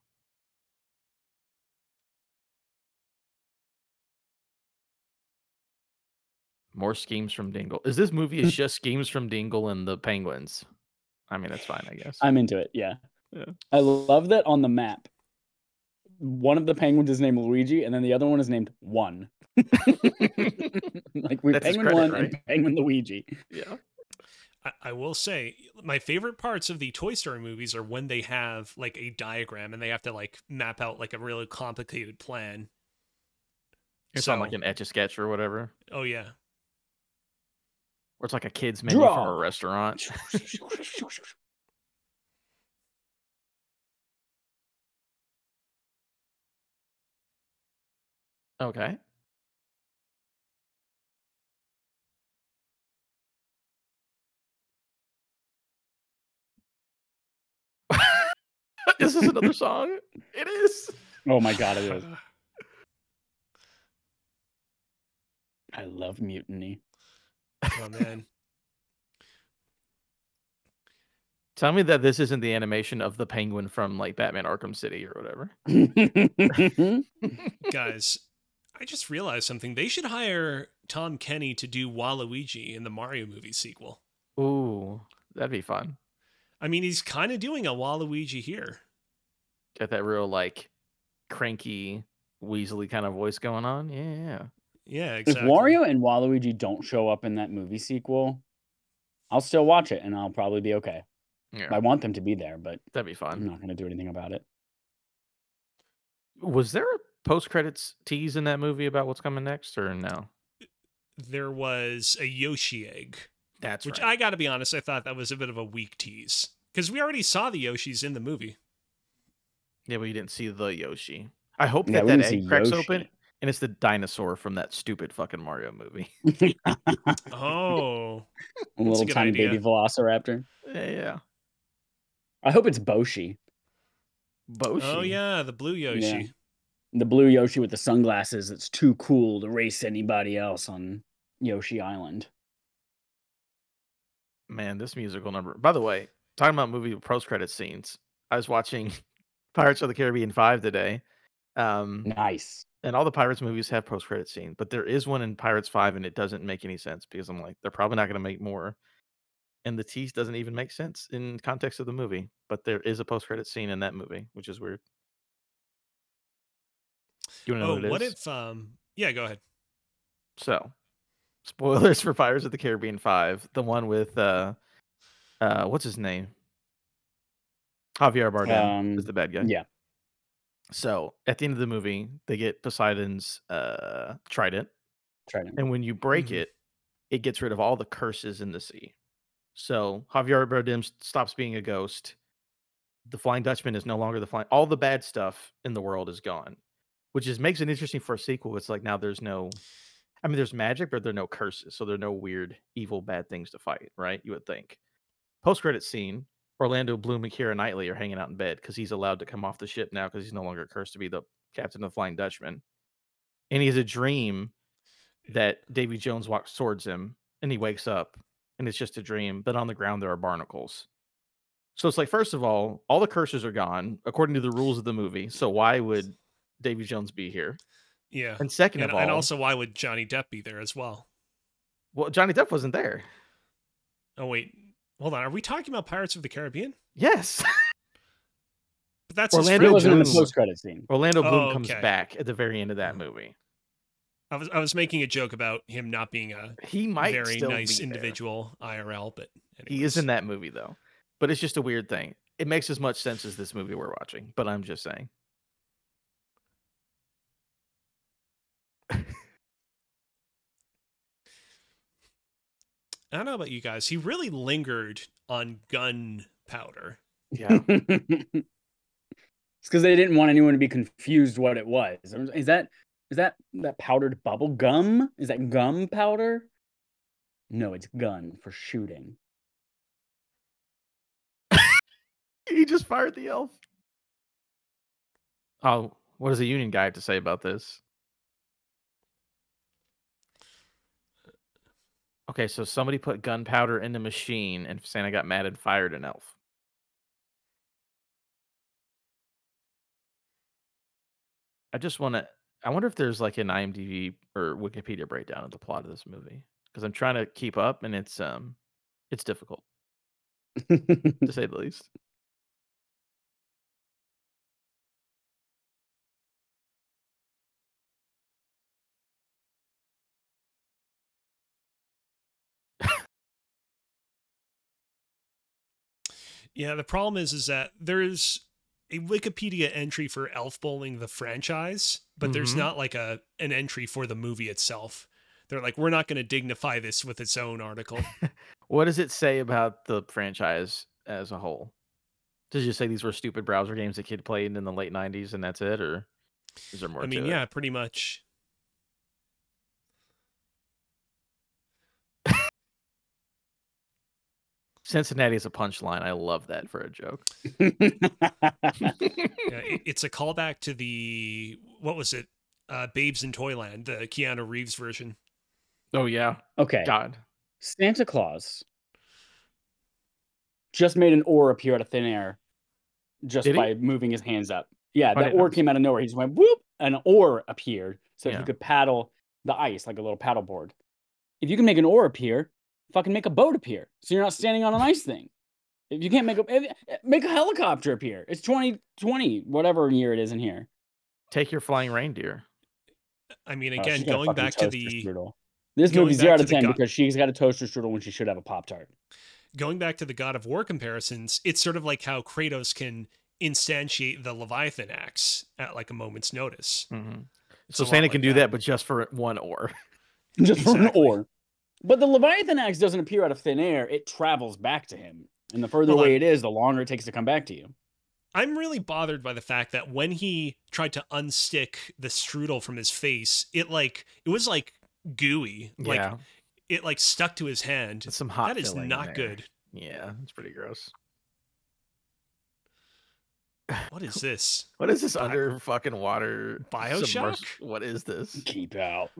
More schemes from Dingle. Is this movie is just schemes from Dingle and the Penguins? I mean, that's fine, I guess. I'm into it. Yeah. Yeah. I love that on the map. One of the penguins is named Luigi, and then the other one is named One. like we That's his penguin credit, one and right? penguin Luigi. yeah. I, I will say my favorite parts of the Toy Story movies are when they have like a diagram and they have to like map out like a really complicated plan. It's on like So- an etch a sketch or whatever, Oh yeah. or it's like a kids menu from a Draw. restaurant. Okay. is this another song? It is. oh my god, it is. I love mutiny. Oh man. Tell me that this isn't the animation of the penguin from like Batman Arkham City or whatever. Guys, I just realized something. They should hire Tom Kenny to do Waluigi in the Mario movie sequel. Ooh, that'd be fun. I mean, he's kind of doing a Waluigi here. Got that real like cranky, weaselly kind of voice going on. Yeah, yeah, yeah. Yeah, if exactly. Wario and Waluigi don't show up in that movie sequel, I'll still watch it and I'll probably be okay. yeah. I want them to be there, but that'd be fun. I'm not going to do anything about it. Was there a post credits tease in that movie about what's coming next or no? There was a Yoshi egg, That's which I got to be honest, I thought that was a bit of a weak tease because we already saw the Yoshis in the movie. Yeah, but you didn't see the Yoshi. I hope Yeah, that we that didn't see egg cracks open Yoshi. and it's the dinosaur from that stupid fucking Mario movie. Oh, A little good tiny idea. baby velociraptor. yeah, yeah. I hope it's Boshi, Boshi. oh yeah, the blue Yoshi. Yeah. the blue Yoshi with the sunglasses. That's too cool to race anybody else on Yoshi Island. Man, this musical number. By the way, talking about movie post credit scenes, I was watching Pirates of the Caribbean 5 today. Um, Nice. and all the Pirates movies have post credit scene, but there is one in Pirates 5 and it doesn't make any sense because I'm like, they're probably not going to make more. And the tease doesn't even make sense in context of the movie, but there is a post credit scene in that movie, which is weird. You want to know Oh, what it is? what if? Um, yeah, go ahead. So, spoilers for Pirates of the Caribbean Five, the one with uh, uh, what's his name? Javier Bardem is Um, the bad guy. yeah. So at the end of the movie, they get Poseidon's uh trident, Try to. and when you break Mhm. it, it gets rid of all the curses in the sea. So Javier Bardem s- stops being a ghost. The Flying Dutchman is no longer the flying. All the bad stuff in the world is gone, which is makes it interesting for a sequel. It's like now there's no, I mean, there's magic, but there are no curses, so there are no weird, evil, bad things to fight. Right? You would think. Post credit scene: Orlando Bloom and Keira Knightley are hanging out in bed because he's allowed to come off the ship now because he's no longer cursed to be the captain of the Flying Dutchman, and he has a dream that Davy Jones walks towards him and he wakes up and it's just a dream, but on the ground there are barnacles. So it's like, first of all, all the curses are gone according to the rules of the movie. So why would Davy Jones be here? Yeah, And second Uh, and, of all, and also why would Johnny Depp be there as well? well, Johnny Depp wasn't there. Oh wait, hold on. Are we talking about Pirates of the Caribbean? Yes. But that's his Orlando It friend. wasn't in the Jones. post credit scene. Orlando Bloom Oh, comes okay. back at the very end of that Mhm. movie. I was I was making a joke about him not being a He might very still nice be there. individual IRL, but He anyways. is in that movie though. But it's just a weird thing. It makes as much sense as this movie we're watching, but I'm just saying. I don't know about you guys. He really lingered on gunpowder. Yeah. it's because they didn't want anyone to be confused what it was. Is that is that that powdered bubble gum? Is that gum powder? No, it's gun for shooting. he just fired the elf. Oh, what does the union guy have to say about this? Okay, so somebody put gunpowder in the machine, and Santa got mad and fired an elf. I just want to. I wonder if there's like an IMDb or Wikipedia breakdown of the plot of this movie because I'm trying to keep up, and it's um, it's difficult to say the least. Yeah, the problem is is that there's a Wikipedia entry for Elf Bowling the franchise, but there's Mhm. not like a an entry for the movie itself. They're like, we're not going to dignify this with its own article. What does it say about the franchise as a whole? Does it just say these were stupid browser games that kid played in the late '90s and that's it, or is there more? I mean, to it? yeah, pretty much. Cincinnati is a punchline. I love that for a joke. Yeah, it- it's a callback to the what was it? Uh, Babes in Toyland, the Keanu Reeves version. oh yeah, okay, God. Santa Claus just made an oar appear out of thin air just Did he? by moving his hands up. Yeah, that didn't oar notice. came out of nowhere. He just went whoop, an oar appeared so that Yeah. he could paddle the ice like a little paddle board. If you can make an oar appear, fucking make a boat appear. So you're not standing on an ice thing. If you can't make a if- make a helicopter appear, it's 2020, whatever year it is in here. Take your flying reindeer. I mean, Oh, again, she's got a going fucking back to toaster the strudel. this going movie's back zero out to of the ten gu- because she's got a toaster strudel when she should have a pop tart. going back to the God of War comparisons, it's sort of like how Kratos can instantiate the Leviathan axe at like a moment's notice. Mhm. It's So a lot Santa Mm-hmm. like can do that. that. but just for one oar. just for an Exactly. oar. But the Leviathan axe doesn't appear out of thin air; it travels back to him, and the further Well, away I- it is, the longer it takes to come back to you. I'm really bothered by the fact that when he tried to unstick the strudel from his face, it like it was like gooey. Like yeah, it like stuck to his hand. that's some hot. That is filling in not there. good. Yeah, it's pretty gross. What is this? What is this under fucking water? submers- Bioshock? What is this? Keep out.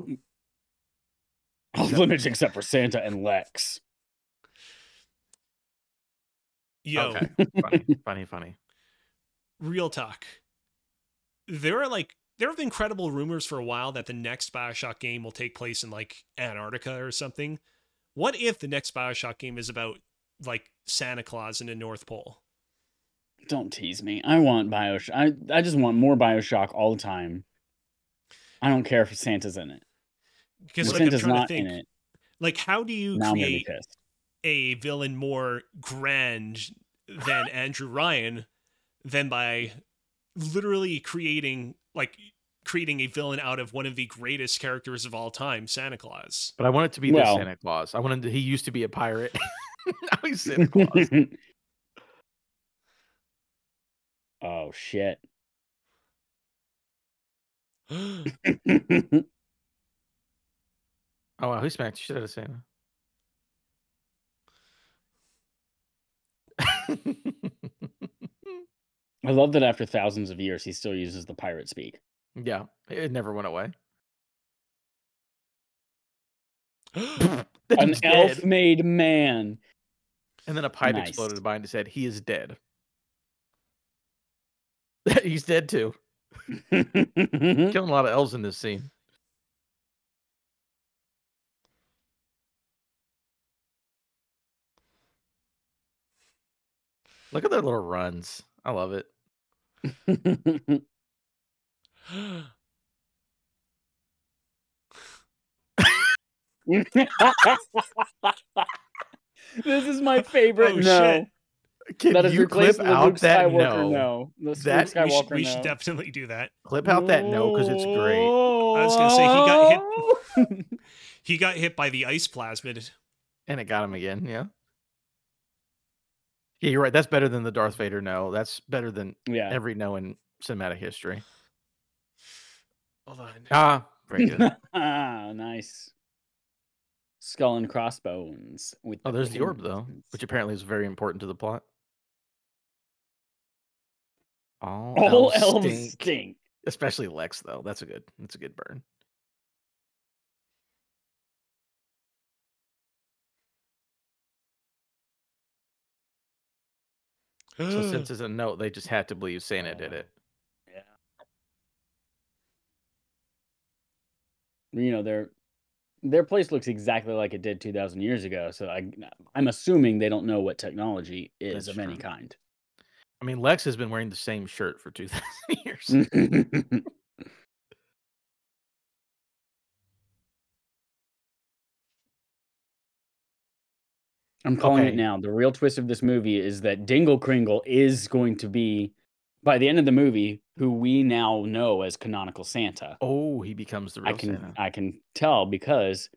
All limits except for Santa and Lex. Yo, Okay, funny, funny, funny. real talk. There are like there have been credible rumors for a while that the next BioShock game will take place in like Antarctica or something. What if the next BioShock game is about like Santa Claus in the North Pole? Don't tease me. I want Bioshock. I, I just want more Bioshock all the time. I don't care if Santa's in it. If Because like, I'm Santa's trying to not in think, it. like how do you Now I'm gonna be create pissed. a villain more grand than Andrew Ryan than by literally creating like creating a villain out of one of the greatest characters of all time, Santa Claus. But I want it to be Well- the Santa Claus. I want him to, he used to be a pirate. now he's Santa Claus. oh shit. Wait, Oh wow, who smacked the shit out of Santa? I love that after thousands of years he still uses the pirate speak. yeah, it never went away. An He's dead. elf made man. And then a pipe Nice. exploded behind his head. He is dead. He's dead too. Killing a lot of elves in this scene. Look at their little runs. I love it. this is my favorite Oh, no. Can That is you clip replacing the Luke out that Skywalker no? no. The That- we should, Skywalker we should no. definitely do that. Clip out that no because it's great. I was gonna say he got hit. he got hit by the ice plasmid. And it got him again. Yeah. Yeah, you're right. That's better than the Darth Vader no. That's better than Yeah. every no in cinematic history. Hold on. Ah, very good. ah, nice. Skull and crossbones. With Oh, there's the orb though, bones. which apparently is very important to the plot. All, all elves elves stink, stink. especially Lex though. That's a good. That's a good burn. So since it's a note, they just had to believe Santa did Uh, it. you know their their place looks exactly like it did 2000 years ago so i i'm assuming they don't know what technology is That's of any true. kind I mean, Lex has been wearing the same shirt for two thousand years. Mm. i'm calling Okay. it now the real twist of this movie is that dingle kringle is going to be by the end of the movie who we now know as canonical santa Oh, he becomes the real I can Santa. I can tell because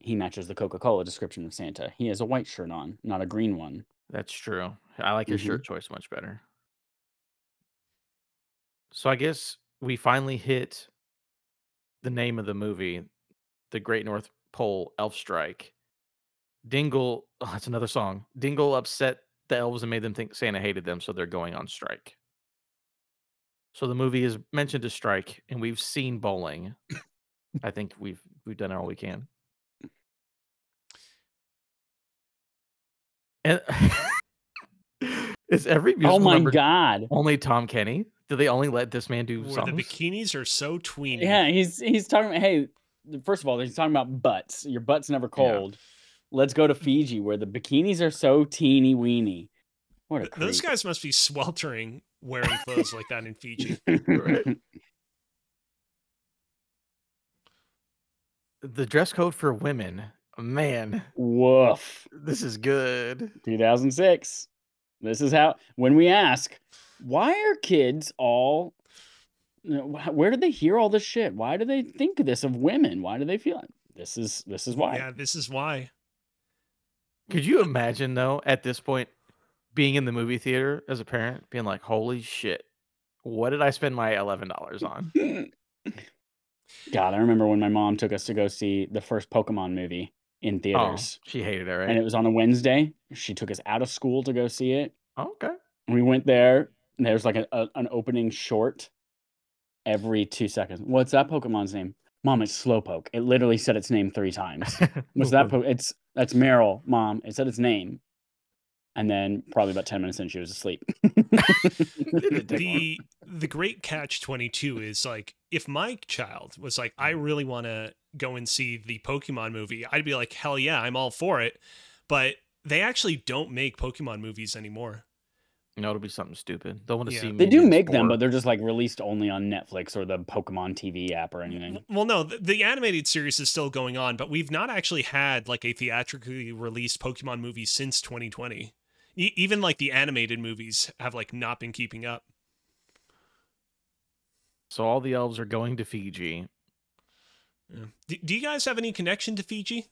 he matches the Coca Cola description of Santa. He has a white shirt on, not a green one. Oh That's true. I like his Mhm. shirt choice much better. So I guess we finally hit the name of the movie, The Great North Pole Elf Strike. Dingle, oh, that's another song. Dingle upset the elves and made them think Santa hated them, so they're going on strike. So the movie is mentioned as strike, and we've seen bowling. I think we've we've done all we can. And is every musical oh my number god! only Tom Kenny? Do they only let this man do Where the songs? bikinis are so tweeny. Yeah, he's he's talking. About, hey, first of all, he's talking about butts. Your butt's never cold. Let's go to Fiji where the bikinis are so teeny weeny. What a Th- Those creep. guys must be sweltering wearing clothes like that in Fiji. Right. the dress code for women, man, Woof. this is good. 2006. This is how when we ask, why are kids all you know, wh- where did they hear all this shit? Why do they think this of women? Why do they feel it? This is this is why. Yeah, this is why. Could you imagine though at this point being in the movie theater as a parent, being like, "Holy shit, what did I spend my eleven dollars on?" God, I remember when my mom took us to go see the first Pokemon movie in Oh, theaters. she hated it, right? And it was on a Wednesday. She took us out of school to go see it. okay, We went there, and there's like a, a- an opening short every two seconds. What's that Pokemon's name? Mom, it's Slowpoke. It literally said its name three times. What's that? Po- it's that's Meryl. Mom, it said its name, and then probably about ten minutes in, she was asleep. Didn't take long. the the great catch 22 is like if my child was like i really want to go and see the pokemon movie i'd be like hell yeah i'm all for it but they actually don't make pokemon movies anymore No, it'll be something stupid. They'll want to Yeah. see. they do Minions make them, 4. but they're just like released only on Netflix or the Pokemon TV app or anything. W- well no the, the animated series is still going on but we've not actually had like a theatrically released pokemon movie since 2020 E- even like the animated movies have like not been keeping up so all the elves are going to Fiji. Yeah. do, do you guys have any connection to fiji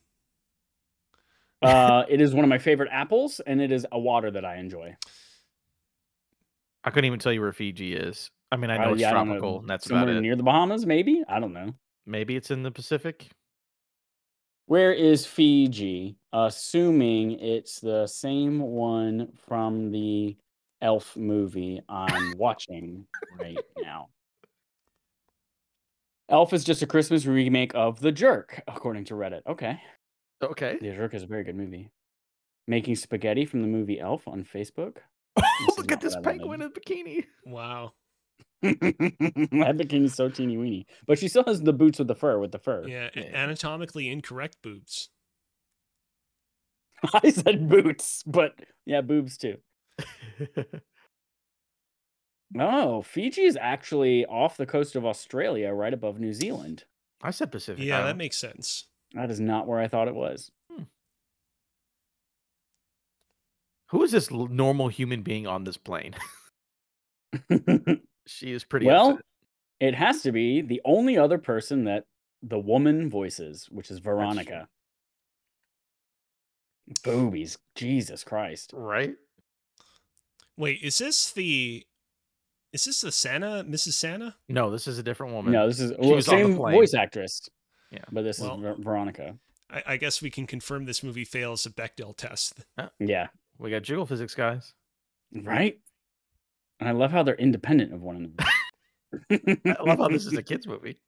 uh, it is one of my favorite apples, and it is a water that I enjoy. I couldn't even tell you where Fiji is. I mean, I know Uh, it's yeah, don't tropical. and that's somewhere about it. near the Bahamas, maybe. I don't know. Maybe it's in the Pacific. Where is Fiji? Assuming it's the same one from the Elf movie I'm watching right now. Elf is just a Christmas remake of The Jerk, according to Reddit. Okay. Okay. The Jerk is a very good movie. Making spaghetti from the movie Elf on Facebook. is Look not at this what I wanted. penguin in a bikini. wow that became so teeny weeny. But she still has the boots with the fur, with the fur. yeah a- Yeah. anatomically incorrect boobs I said boots, but yeah, boobs too. No, Fiji is actually off the coast of Australia, right above New Zealand. I said Pacific. yeah that Island. makes sense That is not where I thought it was. Who is this l- normal human being on this plane? she is pretty. well, upset. it has to be the only other person that the woman voices, which is Veronica. Boobies, Jesus Christ. right? Wait, is this the is this the Santa, Mrs. Santa? No, this is a different woman. No, this is She well, was on the same plane. voice actress. Yeah. but this Well- is Ver- Veronica. I, I guess we can confirm this movie fails the Bechdel test. Yeah, We got jiggle physics, guys. right. And I love how they're independent of one another. I love how this is a kids movie.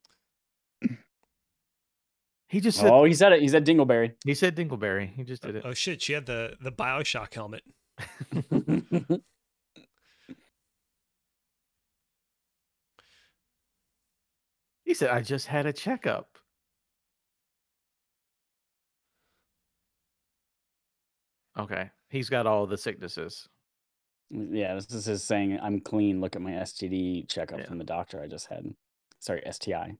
He just said. Oh, he said it. He said Dingleberry. He said Dingleberry. He just did it. Oh shit, she had the the BioShock helmet. He said, "I just had a checkup." Okay, he's got all the sicknesses. Yeah, this is his saying, I'm clean. Look at my STD checkup Yeah. from the doctor I just had. Sorry, STI.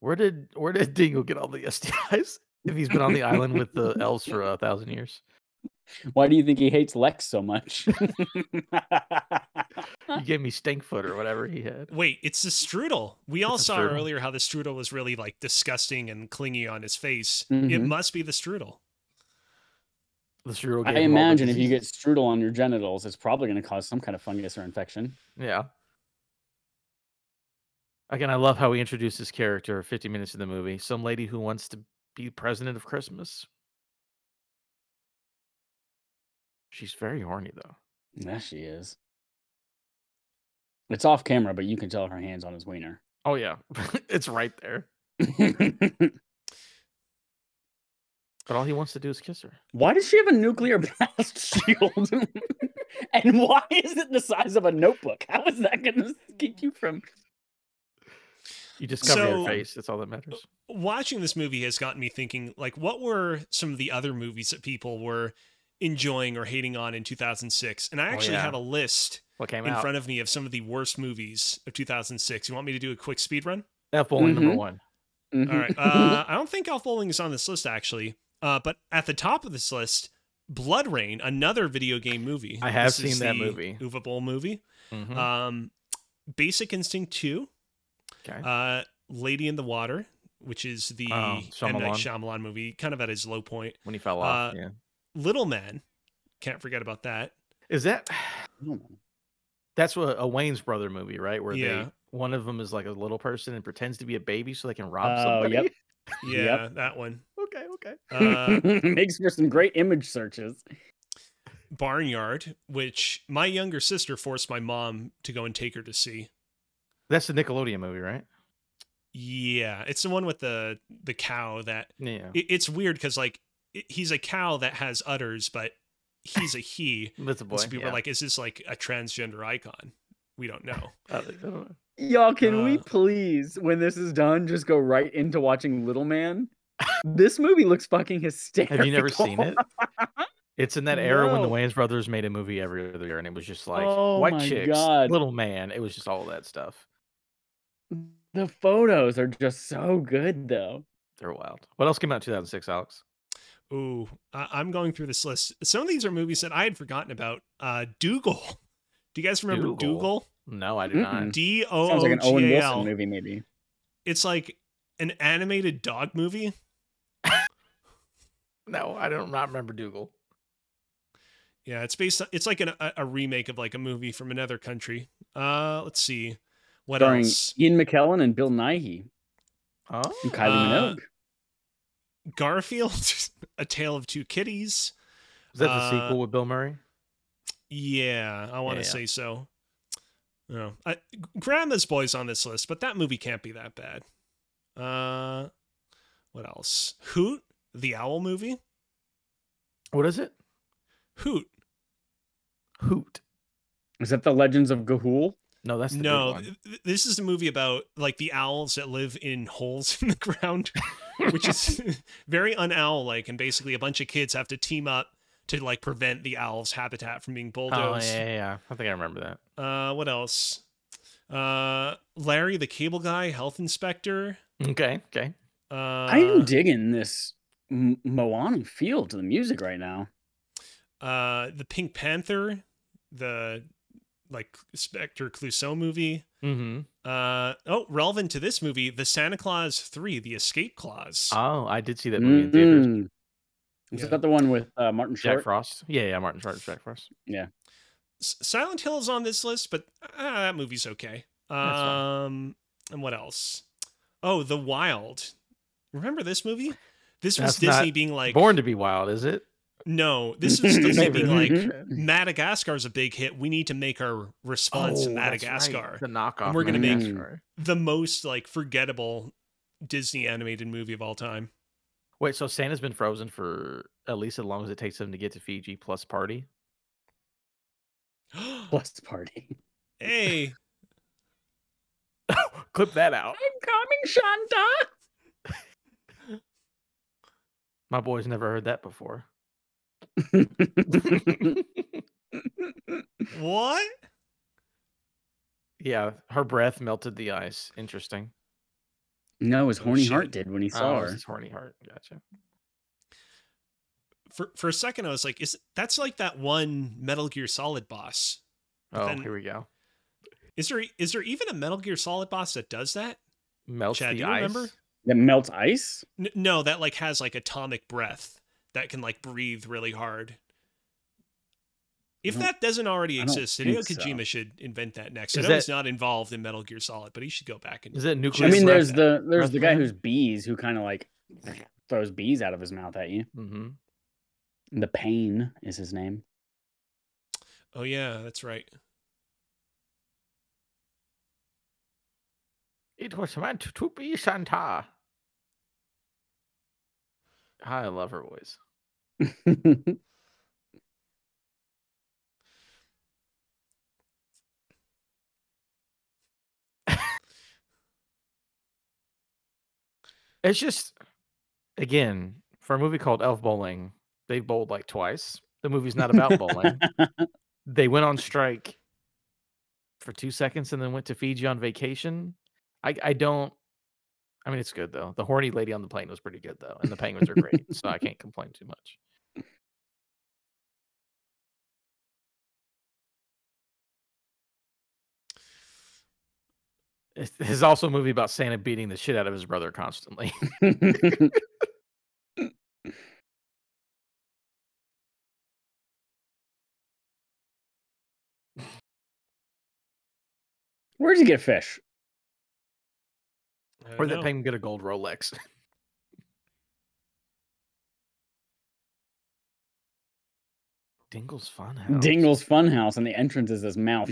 Where did where did Dingle get all the STIs? If he's been on the island with the elves for a thousand years, Why do you think he hates Lex so much? you gave me stink foot or whatever he had. Wait, it's the strudel. We all It's the saw strudel. earlier how the strudel was really like disgusting and clingy on his face. It Mm-hmm. Mhm. must be the strudel. The cereal I gave him all the imagine if you get diseases. strudel on your genitals, it's probably going to cause some kind of fungus or infection. yeah. Again, I love how we introduced this character 50 minutes in the movie. Some lady who wants to be president of Christmas. She's very horny though. There she is. It's off camera, but you can tell her hands on his wiener. Oh yeah, it's right there. But all he wants to do is kiss her. why does she have a nuclear blast shield? and why is it the size of a notebook? How is that going to keep you from? You just cover So- your face. That's all that matters. Watching this movie has gotten me thinking like what were some of the other movies that people were enjoying or hating on in 2006? And I Oh, actually yeah. have a list What came in out? front of me of some of the worst movies of 2006. You want me to do a quick speed run? F bowling number Mm-hmm. Mhm. one. Mm-hmm. All right. Uh, I don't think Elf Bowling is on this list actually, uh, but at the top of this list, Blood Rain, another video game movie. I have This is seen that the movie. Uwe Boll movie. Mhm. Um, Basic Instinct Two, okay. uh, Lady in the Water, which is the Oh, M Night Shyamalan movie, kind of at his low point. when he fell off. uh, yeah. Little Man, can't forget about that. Is that I don't know. that's what a Wayne's brother movie, right? Where Yeah. they one of them is like a little person and pretends to be a baby so they can rob Oh, somebody. yep. Yeah, Yep. that one. okay, okay. Uh, Makes for some great image searches. Barnyard, which my younger sister forced my mom to go and take her to see. That's the Nickelodeon movie, right? Yeah, it's the one with the the cow that Yeah. it, it's weird because like it, he's a cow that has udders, but he's a he. That's a boy. And so people yeah. are like, is this like a transgender icon? We don't know. I don't- I don't know. Y'all, can we Uh. please, when this is done, just go right into watching Little Man? this movie looks fucking hysterical. Have you never seen it? It's in that era when the No. Wayans brothers made a movie every other year, and it was just like Oh white my chicks, God. little man. It was just all that stuff. The photos are just so good, though. They're wild. What else came out in 2006, Alex? Ooh, I, I'm going through this list. Some of these are movies that I had forgotten about. Uh, Dougal. Do you guys remember Dougal? Dougal? No, I do Mm-mm. not. D O Hmm. Sounds like O an Owen Oh, G A Wilson L. movie, maybe. It's like an animated dog movie. No, I don't not remember Dougal. Yeah, it's based. On, it's like an, a, a remake of like a movie from another country. Uh, let's see, what Starring else? Ian McKellen and Bill Nighy Oh, and Kylie Uh, Minogue. Garfield, A Tale of Two Kitties. is that the uh, sequel with Bill Murray? Yeah, I want to Yeah. say so. No, I, Grandma's Boy's on this list, but that movie can't be that bad. Uh, what else? Hoot, the owl movie. What is it? Hoot. Hoot. Is that the Legends of Gahul? No, that's the no, no. One. th- th- this is a movie about like the owls that live in holes in the ground, which is very unowl like, and basically a bunch of kids have to team up to like prevent the owl's habitat from being Oh yeah, bulldozed. yeah, yeah. I think I remember that. Uh, what else? Uh, Larry the Cable Guy, Health Inspector. Okay, okay. Uh, I am digging this M- Moana feel to the music right now. uh, the Pink Panther, the like Spectre Clouseau movie. Mm-hmm. Uh, oh, relevant to this movie, the Santa Claus Three, the Escape Clause. Oh, I did see that movie in theaters. Mm. Is Yeah. that the one with uh, Martin Jack Short? Frost. Yeah, yeah. Martin Short, Jack Frost. S- Silent Hill is on this list, but uh, that movie's okay. fine. Um, and what else? Oh, The Wild. Remember this movie? This was That's not Disney being like, Born to be Wild, is it? no, this was Disney Maybe. being like, Mhm. Mm-hmm. Madagascar's a big hit. We need to make our response to Oh, that's right, Madagascar The knockoff. we're gonna make- Madagascar. the most like forgettable Disney animated movie of all time. Wait, so Santa's been frozen for at least as long as it takes him to get to Fiji plus party? Plus party. hey, Clip that out. coming, Shanta. My boy's never heard that before. what? yeah, her breath melted the ice. Interesting. no, his Oh, horny shit. heart did when he saw Oh, it's her. his horny heart. Gotcha. For for a second, I was like, is that's like that one Metal Gear Solid boss? But Oh, then- here we go. Is there is there even a Metal Gear Solid boss that does that? Melts Chad, the do you ice. remember? That melts ice. N- no, that like has like atomic breath that can like breathe really hard. If I don't- that doesn't already I don't exist, Hideo think so. Kojima should invent that next. I Is know he's that- not involved in Metal Gear Solid, but he should go back and Is it nuclear? I mean, Just there's breath- the there's the guy breath who's bees who kind of like throws bees out of his mouth at you. Mm-hmm. The pain is his name. Oh yeah, that's right. It was meant to be Santa. I love her voice. It's just, again, for a movie called Elf Bowling, they've bowled like twice. The movie's not about bowling. They went on strike for two seconds and then went to Fiji on vacation. I, I don't. I mean, it's good though. The horny lady on the plane was pretty good though, and the penguins are great, so I can't complain too much. It's it's also a movie about Santa beating the shit out of his brother constantly. Where'd you get fish? I Or that know. penguin get a gold Rolex. Dingle's fun house. Dingle's Funhouse, and the entrance is his mouth.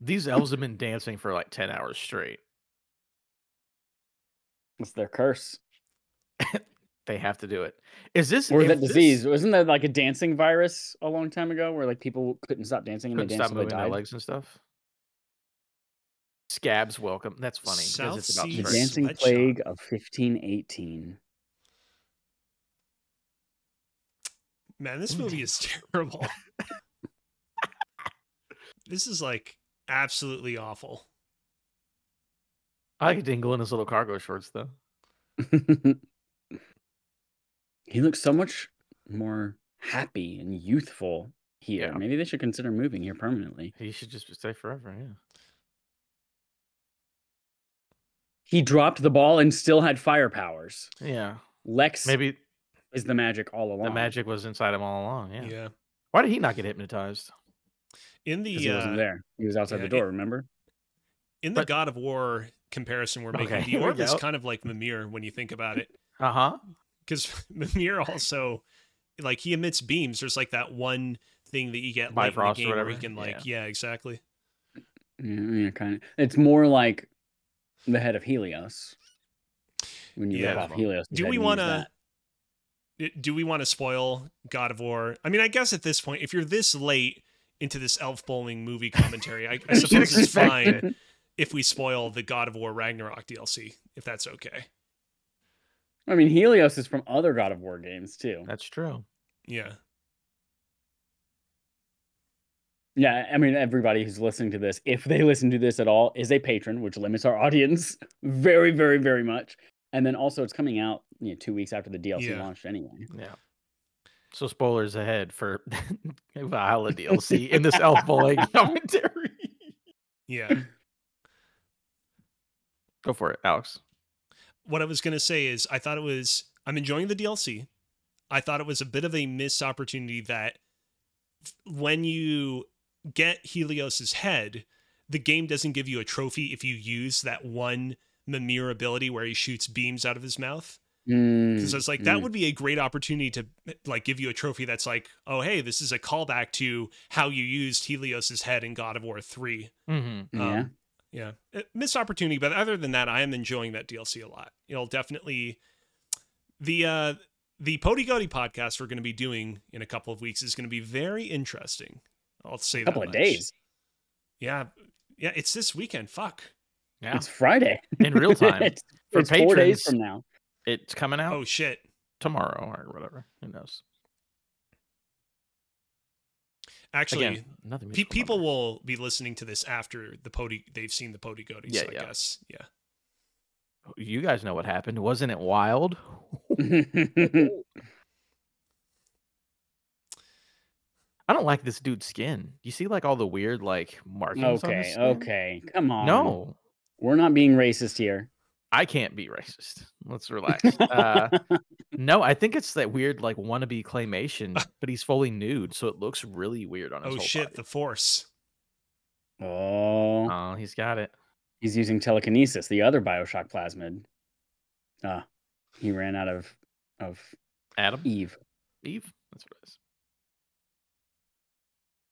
These elves have been dancing for like ten hours straight. That's their curse. They have to do it. Is this Or if that this disease. Wasn't there like a dancing virus a long time ago where like people couldn't stop dancing and Couldn't they stop danced and they moving their died? legs and stuff. Scabs welcome. That's funny South because it's about Sea The Legs. stress. dancing Sweatshop. plague of 1518. Man, this movie is terrible. this is like absolutely awful. I like Dingle in his little cargo shorts though. he looks so much more happy and youthful Yeah. here. Maybe they should consider moving here permanently. He should just stay forever. Yeah. He dropped the ball and still had fire powers. Yeah. Lex Maybe is the magic all along. the magic was inside him all along. Yeah. Yeah. Why did he not get hypnotized? In 'cause the he wasn't uh, there. He was outside yeah, the it- door. Remember? in the But- God of War comparison we're making, Okay, the here we orb is go. kind of like Mimir when you think about it, Uh huh. because Mimir also like he emits beams. There's like that one thing that you get late in the Bifrost or game where you whatever, can like yeah, exactly. Yeah, Mm, yeah kind of. It's more like the head of Helios. When you Yeah. yeah. off Helios, Do we wanna- I- do we want to spoil God of War? I mean, I guess at this point, if you're this late into this elf bowling movie commentary, I, I You should suppose it's expect fine if we spoil the God of War Ragnarok DLC, if that's okay. I mean, Helios is from other God of War games too. That's true. Yeah. Yeah, I mean, everybody who's listening to this, if they listen to this at all, is a patron, which limits our audience very, very, very much. And then also, it's coming out you know, two weeks after the DLC Yeah. launched, anyway. Yeah. So spoilers ahead for Valhalla DLC in this elf bowling commentary. Yeah. Go for it, Alex. what I was going to say is I thought it was I'm enjoying the DLC. I thought it was a bit of a missed opportunity that f- when you get Helios's head, the game doesn't give you a trophy if you use that one Mimir ability where he shoots beams out of his mouth. Mm, Because it's like that would be a great opportunity to like give you a trophy that's like, oh hey, this is a callback to how you used Helios's head in God of War three. Mm-hmm. yeah. Um, yeah. Uh, Missed opportunity, but other than that, I am enjoying that DLC a lot. It'll definitely the uh the Podigoti podcast we're going to be doing in a couple of weeks is going to be very interesting. I'll say a that couple of much. days. Yeah, yeah, it's this weekend. Fuck. Yeah. It's Friday. In real time. it's For it's four patrons- days from now. it's coming out Oh shit. tomorrow or whatever. Who knows? Actually, Again, nothing. pe- musical people number. will be listening to this after the Podi. They've seen the Podigotis, Yeah, I yeah. guess. Yeah. You guys know what happened. Wasn't it wild? I don't like this dude's skin. You see, like all the weird, like markings. on his okay. skin? Okay. Come on. No, We're not being racist here. I can't be racist. Let's relax. Uh, no, I think it's that weird, like wannabe claymation, but he's fully nude, so it looks really weird on his Oh whole shit. The body. Force. oh. Oh, he's got it. He's using telekinesis, the other Bioshock plasmid. Ah, he ran out of of Adam, Eve. Eve. That's what it is.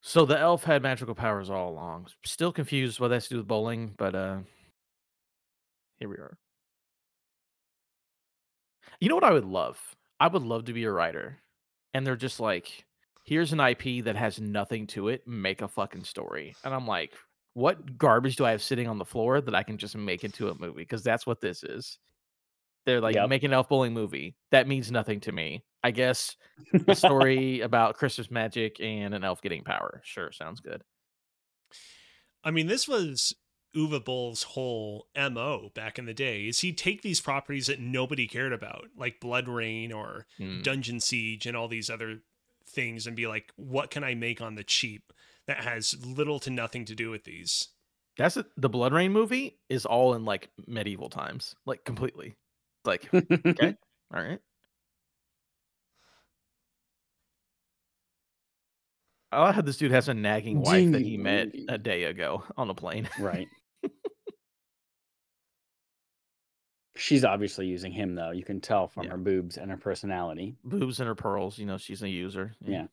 So the elf had magical powers all along. Still confused what that's to do with bowling, but uh here we are. You know what I would love? I would love to be a writer. And they're just like, here's an IP that has nothing to it. Make a fucking story. And I'm like, what garbage do I have sitting on the floor that I can just make into a movie? Because that's what this is. They're like, Yep. make an elf bowling movie. That means nothing to me. I guess a story about Christmas magic and an elf getting power. Sure, sounds good. I mean, this was Uwe Boll's whole MO back in the day is he'd take these properties that nobody cared about, like Blood Rain or Mm. Dungeon Siege and all these other things, and be like, what can I make on the cheap that has little to nothing to do with these? That's it. the Blood Rain movie is all in like medieval times, like completely. Like, Hmm. okay, all right. Oh, I like how this dude has a nagging wife that he Ding, met ding, a day ago on a plane. Right. She's obviously using him though. You can tell from Yeah. her boobs and her personality. Boobs and her pearls. You know, she's a user. Yeah.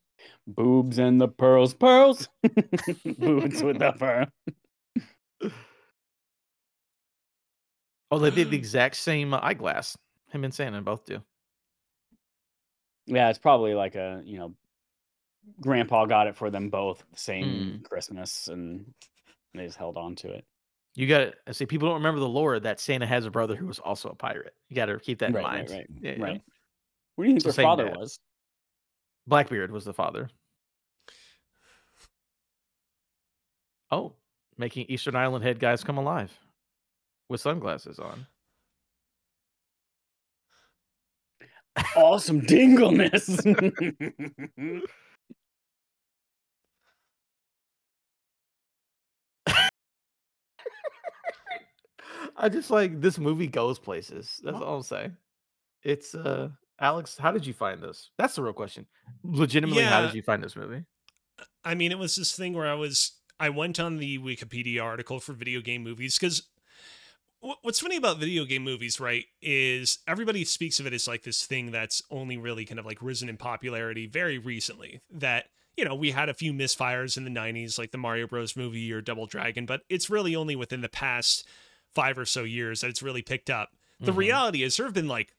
Boobs and the pearls, pearls. Boobs with the pearl. Oh, they did the exact same uh, eyeglass. Him and Santa both do. Yeah, it's probably like a you know, grandpa got it for them both the same Mm. Christmas, and they just held on to it. You got to see. People don't remember the lore that Santa has a brother who was also a pirate. You got to keep that Right, in mind. right, right, Yeah, yeah. Right. What do you think So their same father dad. was? Blackbeard was the father. Oh, making Eastern Island head guys come alive with sunglasses on. Awesome Oh, dingleness. I just like this movie goes places. That's all I'm saying. It's uh Alex, how did you find this? That's the real question. Legitimately, how did Yeah. you find this movie? I mean, it was this thing where I was I went on the Wikipedia article for video game movies because what's funny about video game movies, right, is everybody speaks of it as like this thing that's only really kind of like risen in popularity very recently. That you know we had a few misfires in the '90s, like the Mario Bros. movie or Double Dragon, but it's really only within the past five or so years that it's really picked up. The Mhm. reality is there have been like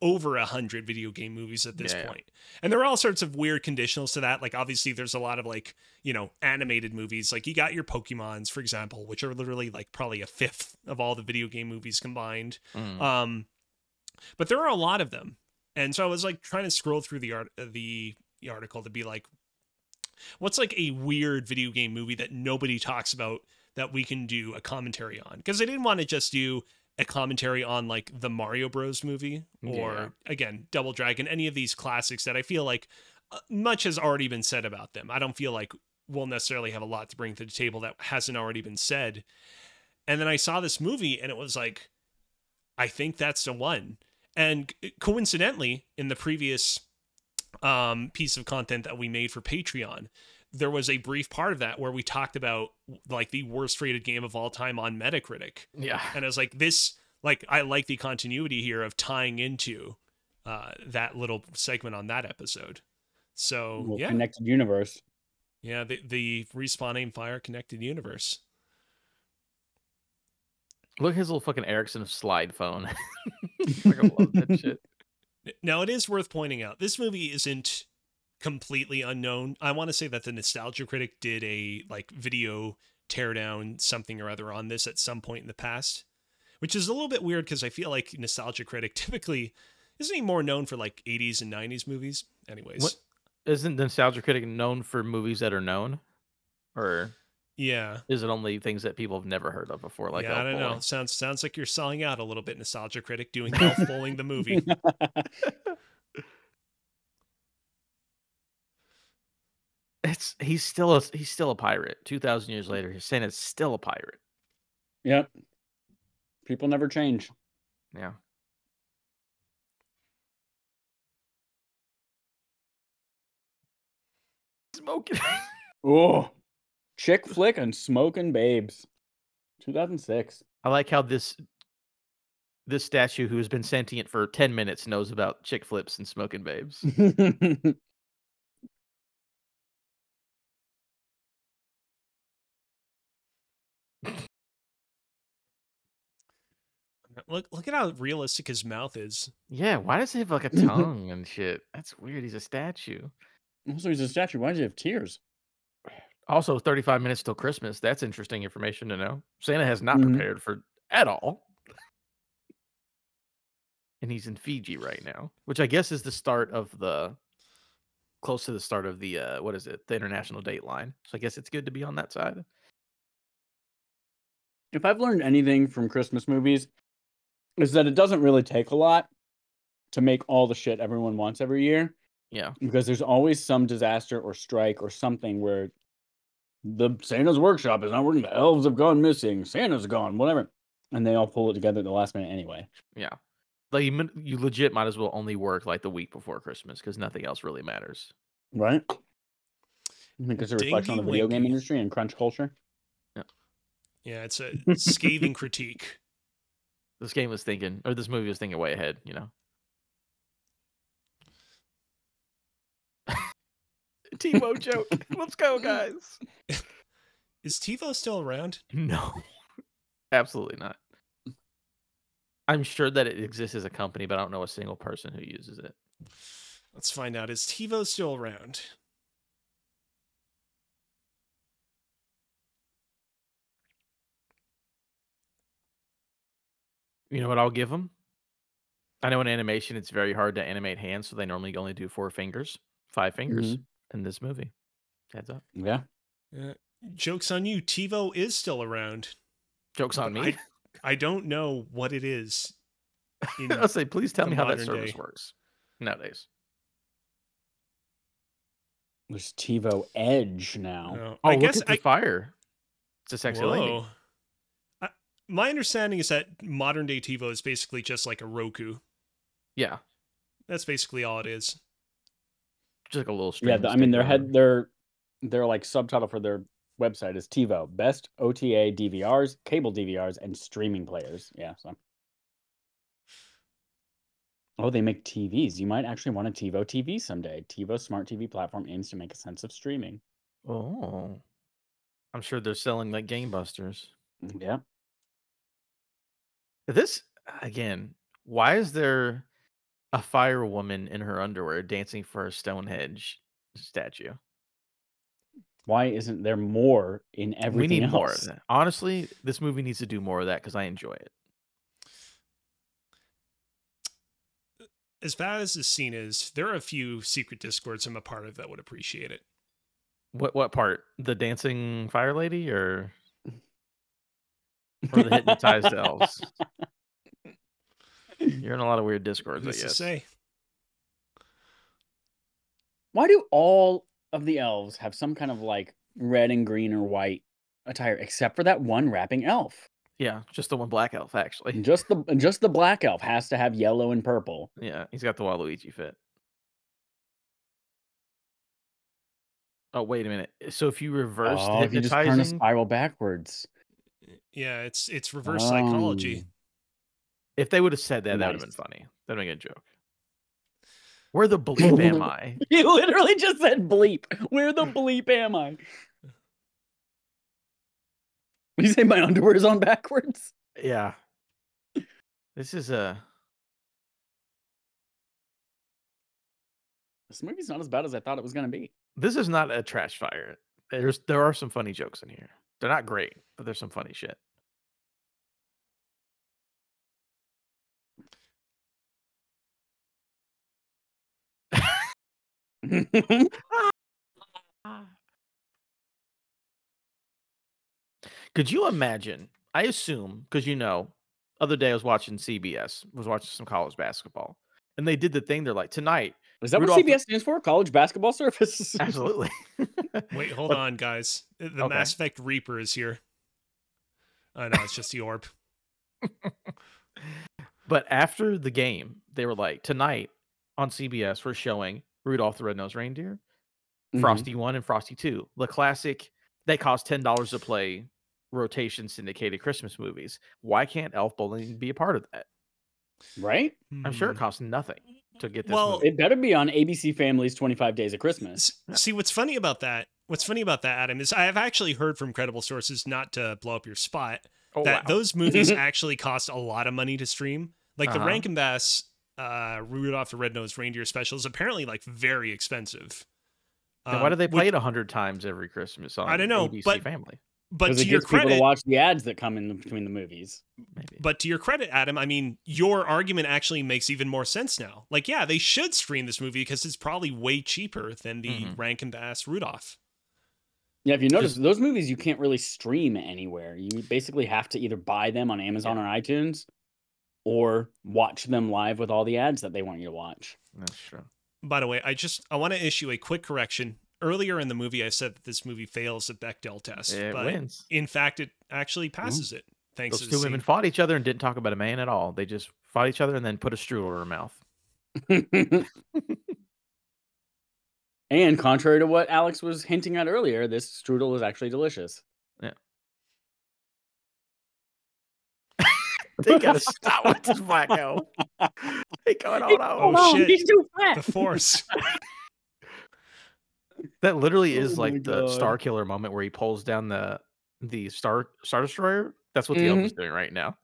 over a hundred video game movies at this Yeah. point. And there are all sorts of weird conditionals to that. Like obviously there's a lot of like, you know, animated movies. Like you got your Pokemons, for example, which are literally like probably a fifth of all the video game movies combined. Mm. Um, but there are a lot of them, and so I was like trying to scroll through the art uh, the, the article to be like, what's like a weird video game movie that nobody talks about that we can do a commentary on? Because I didn't want to just do a commentary on like the Mario Bros movie or Yeah. again Double Dragon, any of these classics that I feel like uh, much has already been said about them. I don't feel like we'll necessarily have a lot to bring to the table that hasn't already been said. And then I saw this movie and it was like, I think that's the one. And c- uh, coincidentally, in the previous um, piece of content that we made for Patreon, there was a brief part of that where we talked about like the worst rated game of all time on Metacritic. yeah. And I was like, this, like, I like the continuity here of tying into uh, that little segment on that episode. So, Well, yeah. Connected universe. Yeah, the the respawn aim fire connected universe. Look at his little fucking Ericsson slide phone. Fucking love that shit. N- Now it is worth pointing out this movie isn't completely unknown. I want to say that the Nostalgia Critic did a like video teardown something or other on this at some point in the past, which is a little bit weird because I feel like Nostalgia Critic typically isn't he more known for like 80s and 90s movies. Anyways, What- Isn't the Nostalgia Critic known for movies that are known? Or yeah, is it only things that people have never heard of before? Like yeah, I Elf don't know. Boy? Sounds sounds like you're selling out a little bit. Nostalgia Critic doing Elf Bowling the movie. It's he's still a he's still a pirate. Two thousand years later, his Santa's still a pirate. yep. People never change. Yeah. Smoking. Oh, chick flick and smoking babes. 2006. I like how this this statue who has been sentient for 10 minutes knows about chick flips and smoking babes. Look look at how realistic his mouth is. yeah, why does he have like a tongue and shit? That's weird. He's a statue. also, he's a statue. Why does he have tears? Also, 35 minutes till Christmas. That's interesting information to know. Santa has not Mhm. prepared for at all. And he's in Fiji right now, which I guess is the start of the close to the start of the uh what is it? The international date line. So I guess it's good to be on that side. If I've learned anything from Christmas movies, is that it doesn't really take a lot to make all the shit everyone wants every year Yeah. because there's always some disaster or strike or something where the Santa's workshop is not working. The elves have gone missing. Santa's gone, whatever. And they all pull it together at the last minute anyway. Yeah. Like you, min- you legit might as well only work like the week before Christmas because nothing else really matters. Right? I think it's a reflection on the Dingy video game winky. industry and crunch culture. Yeah, it's a scathing critique. This game was thinking, or this movie was thinking way ahead. You know. Tebow joke. Let's go, guys. Is TiVo still around? No, absolutely not. I'm sure that it exists as a company, but I don't know a single person who uses it. Let's find out. Is TiVo still around? You know what I'll give them? I know in animation it's very hard to animate hands, so they normally only do four fingers, five fingers in this movie. Heads up. Yeah. Uh, joke's on you. TiVo is still around. Jokes on But me. I don't know what it is. in- I'll say, please tell the me how that modern service day. works nowadays. There's TiVo Edge now. no. Oh, I look guess at the I. fire. It's a sexy lady. Whoa. I, my understanding is that modern day TiVo is basically just like a Roku. Yeah, That's basically all it is. just like a little. yeah, stream th- I that's mean taken their over. head their their like subtitle for their website is TiVo, best OTA DVRs, cable DVRs, and streaming players. Yeah, so Oh, they make TVs. You might actually want a TiVo TV someday. TiVo smart TV platform aims to make a sense of streaming. Oh, I'm sure they're selling like gangbusters. Mm, Yeah. This again. Why is there a fire woman in her underwear dancing for a Stonehenge statue? Why isn't there more in everything we need else? more of that. Honestly, this movie needs to do more of that because I enjoy it. As bad as this scene is, there are a few secret discords I'm a part of that would appreciate it. What what part? The dancing fire lady or or the hypnotized elves? You're in a lot of weird discords, I Who's to guess. say? Why do all of the elves have some kind of like red and green or white attire except for that one rapping elf? Yeah, just the one black elf actually. And Just the just the black elf has to have yellow and purple. Yeah, he's got the Waluigi fit. Oh wait a minute. So if you reverse the Oh, if you just turn a hypnotizing, spiral backwards. Um, Yeah, it's it's Oh. reverse psychology. if they would have said that, that would have been Nice. funny. That'd make a joke. Where the bleep am I? Um, You literally just said bleep. Where the bleep am I? You say my underwear is on backwards? Yeah. This is a This movie's not as bad as I thought it was gonna be. this is not a trash fire. There's there are some funny jokes in here. They're not great, but there's some funny shit. Ah. Could you imagine? I assume because you know, other day I was watching CBS, was watching some college basketball, and they did the thing. They're like, tonight, Is that Rudolph what the- CBS stands for? College basketball service. absolutely. Wait, hold But- on, guys. The the Okay. Mass Effect Reaper is here. Oh no, it's just the orb. But after the game, they were like, tonight on CBS, we're showing Rudolph the Red-Nosed Reindeer, Mhm. Frosty 1 and Frosty 2. The classic, they cost $10 to play rotation syndicated Christmas movies. Why can't Elf Bowling be a part of that? Right? I'm Mm-hmm. sure it Hmm. costs nothing to get this Well, movie. It better be on ABC Family's 25 Days of Christmas. S- See what's funny about that. What's funny about that, Adam, is I have actually heard from credible sources, not to blow up your spot, Oh, that wow. those movies actually cost a lot of money to stream. Like the Uh-huh. Rankin Bass uh, Rudolph the Red-Nosed Reindeer special is apparently like very expensive. Then why Um, do they which- play it it 100 times every Christmas on I don't know, ABC but- Family? But Because to it your gets people credit, to watch the ads that come in between the movies. Maybe. but to your credit, Adam, I mean, your argument actually makes even more sense now. Like, yeah, they should stream this movie because it's probably way cheaper than the Mhm. Rankin Bass Rudolph. Yeah, if you notice, Just- those movies you can't really stream anywhere. You basically have to either buy them on Amazon or iTunes or watch them live with all the ads that they want you to watch. That's true. By the way, I just I want to issue a quick correction. Earlier in the movie, I said that this movie fails the Bechdel test, It but wins. in fact, it actually passes it. Thanks Those to two the women scene. fought each other and didn't talk about a man at all. They just fought each other and then put a strudel in her mouth. and And contrary to what Alex was hinting at earlier, this strudel is actually delicious. They gotta stop with this blackout. They going on Oh, out. no, shit. he's too The force. That literally is Oh my like the God. Star Killer moment where he pulls down the the Star Star Destroyer. That's what the elf Mm-hmm. is doing right now.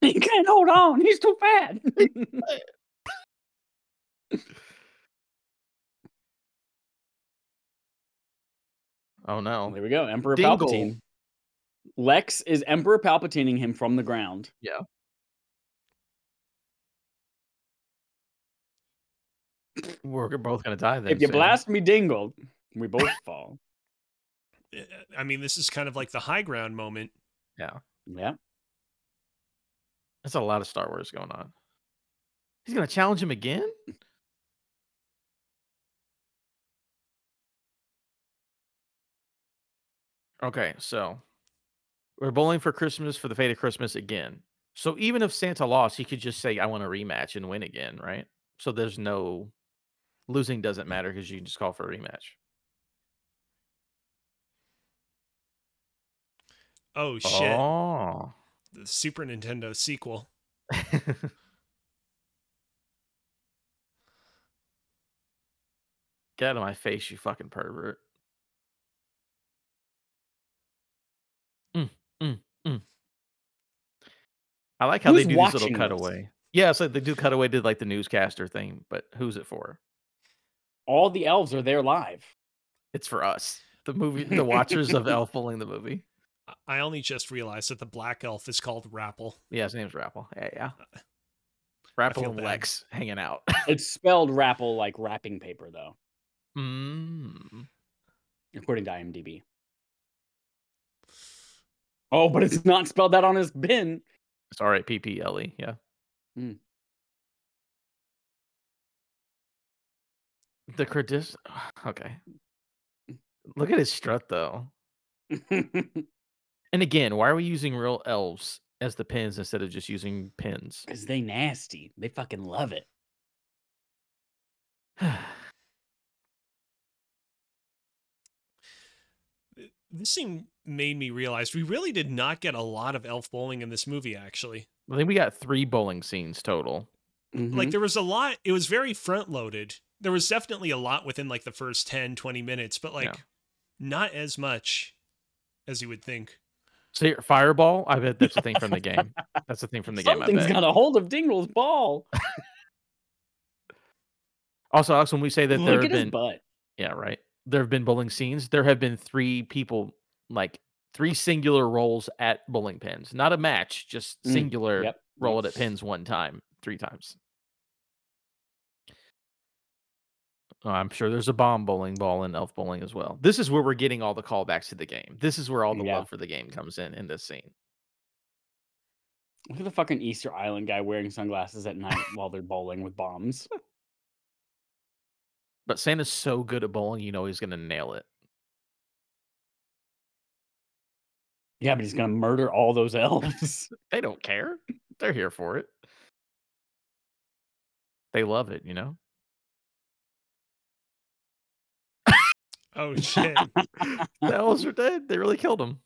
He can't hold on. He's too fat. Oh no. there we go. Emperor Dingle. Palpatine. Lex is Emperor Palpatining him from the ground. Yeah. We're both gonna die then. if you soon. blast me, Dingle, we both fall. I mean, this is kind of like the high ground moment. Yeah. That's a lot of Star Wars going on. He's gonna challenge him again? Okay, so we're bowling for Christmas for the fate of Christmas again. So even if Santa lost, he could just say, I want a rematch and win again, right? So there's no losing doesn't matter because you can just call for a rematch. Oh shit! Oh. The Super Nintendo sequel. Get out of my face, you fucking pervert. Mm, mm, mm. I like how Who's they do this little watching this? cutaway. Yeah, it's like they do cutaway to like the newscaster thing, but who's it for? All the elves are there live. It's for us. The movie the watchers of Elf Bowling the movie. I- I only just realized that the black elf is called Rapple. Yeah, his name's Rapple. Yeah, yeah. feel Rapple and bad. Lex hanging out. It's spelled rapple like wrapping paper, though, mm. according to IMDb. Oh, but it's not spelled that on his bin. It's R A P P L E. Yeah. Mm. The credis. Okay. Hmm. Look at his strut though. Because And again, why are we using real elves as the pins instead of just using pins? they nasty. They fucking love it. This thing made me realize we really did not get a lot of elf bowling in this movie. Actually, I think we got three bowling scenes total. Mm-hmm. like there was a lot it was very front loaded there was definitely a lot within like the first 10 20 minutes but like Yeah. not as much as you would think So here, fireball, I bet that's a thing from the game. That's a thing from the game. I Something's bet. got a hold of Dingle's ball. Also, Alex, when we say that there Look have at his been butt. Yeah, right. There have been bowling scenes. There have been three people, like three singular rolls at bowling pins. Not a match, just Mm, singular Yep. roll it at pins one time, three times. Oh, I'm sure there's a bomb bowling ball in elf bowling as well. This is where we're getting all the callbacks to the game. This is where all the Yeah. love for the game comes in in this scene. Look at the fucking Easter Island guy wearing sunglasses at night while they're bowling with bombs. But Santa's so good at bowling, you know he's gonna nail it. Yeah, but he's gonna murder all those elves. They don't care. They're here for it. They love it, you know. oh shit the elves are dead. They really killed him.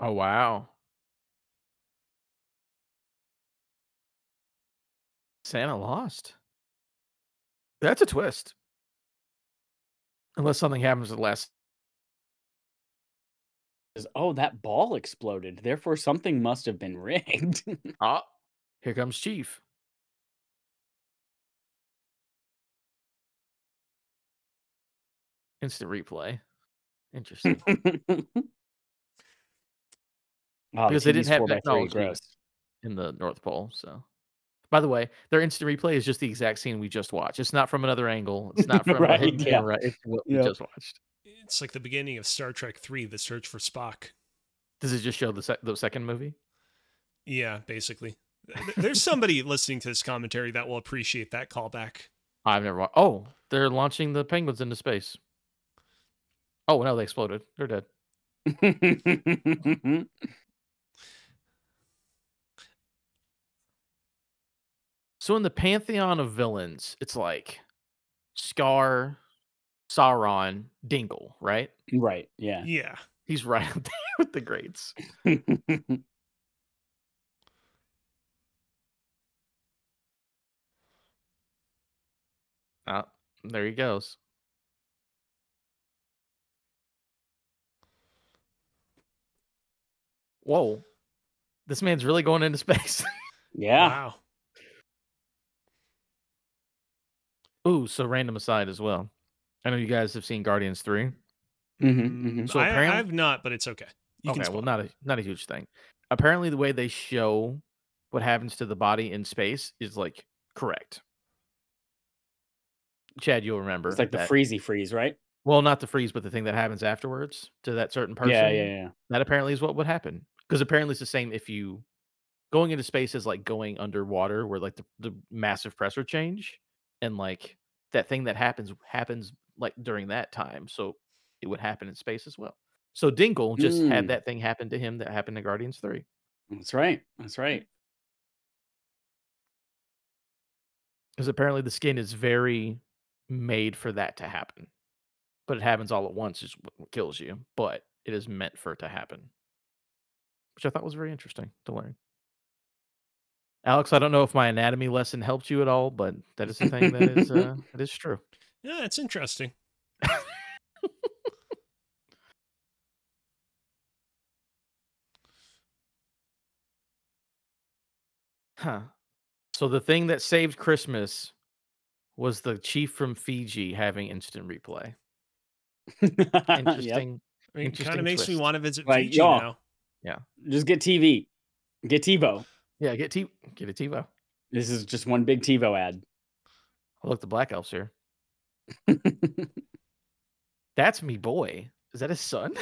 Oh wow. Santa lost. That's a twist. Unless something happens at the last Says, oh, that ball exploded. Therefore, something must have been rigged. Ah, here comes Chief. Instant replay. Interesting. Oh, Because they didn't have technology. Gross. in the North Pole. So, by the way, their instant replay is just the exact scene we just watched. It's not from another angle. It's not from a Right, hidden yeah. camera. It's what Yeah. we just watched. it's like the beginning of star trek 3 the search for spock Does it just show the, sec- the second movie? yeah basically Th- there's somebody listening to this commentary that will appreciate that callback I've never watched. Oh, they're launching the penguins into space. Oh no, they exploded. They're dead. So in the pantheon of villains, it's like Scar, Sauron, Dingle, right? Right. Yeah. Yeah. He's right up there with the greats. Ah, there he goes. Whoa. This man's really going into space. yeah. Wow. Ooh, so random aside as well. I know you guys have seen Guardians 3. Mm-hmm, Mm, So I, apparently- I've not, but it's okay. You okay, can well spot. not a not a huge thing. Apparently the way they show what happens to the body in space is like correct. Chad, you'll remember. It's like the that- freezy freeze, right? Well, not the freeze, but the thing that happens afterwards to that certain person. Yeah, yeah, yeah. That apparently is what would happen. Because apparently it's the same if you going into space is like going underwater where like the, the massive pressure change and like that thing that happens happens like during that time. So it would happen in space as well. So Dingle just Mm. had that thing happen to him that happened to Guardians 3. That's right. That's right. Because apparently the skin is very made for that to happen. But it happens all at once, is what kills you. But it is meant for it to happen. Which I thought was very interesting to learn. Alex, I don't know if my anatomy lesson helped you at all, but that is the thing that is uh, that is true. Yeah, it's interesting. Huh. So the thing that saved Christmas was the chief from Fiji having instant replay. yep. Interesting. I mean, kind Interesting of makes me twist. want to visit Like, Fiji y'all. now. Just get TV. Get TiVo. Yeah, get T get a TiVo. This is just one big TiVo ad. Oh, look, the black elf's here. That's me boy. Is that his son?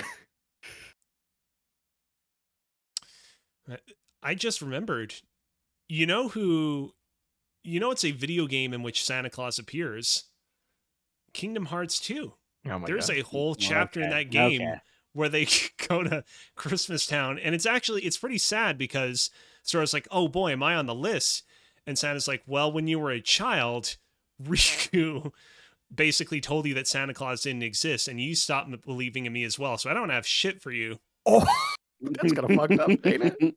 I just remembered. You know who? You know it's a video game in which Santa Claus appears. Kingdom Hearts 2. Oh my There's God. a whole chapter in Okay, that game okay. where they go to Christmas Town, and it's actually it's pretty sad because Sora's like, "Oh boy, am I on the list?" And Santa's like, "Well, when you were a child, Riku basically told you that Santa Claus didn't exist, and you stopped m- believing in me as well. So I don't have shit for you." Oh, that's kinda fucked up, ain't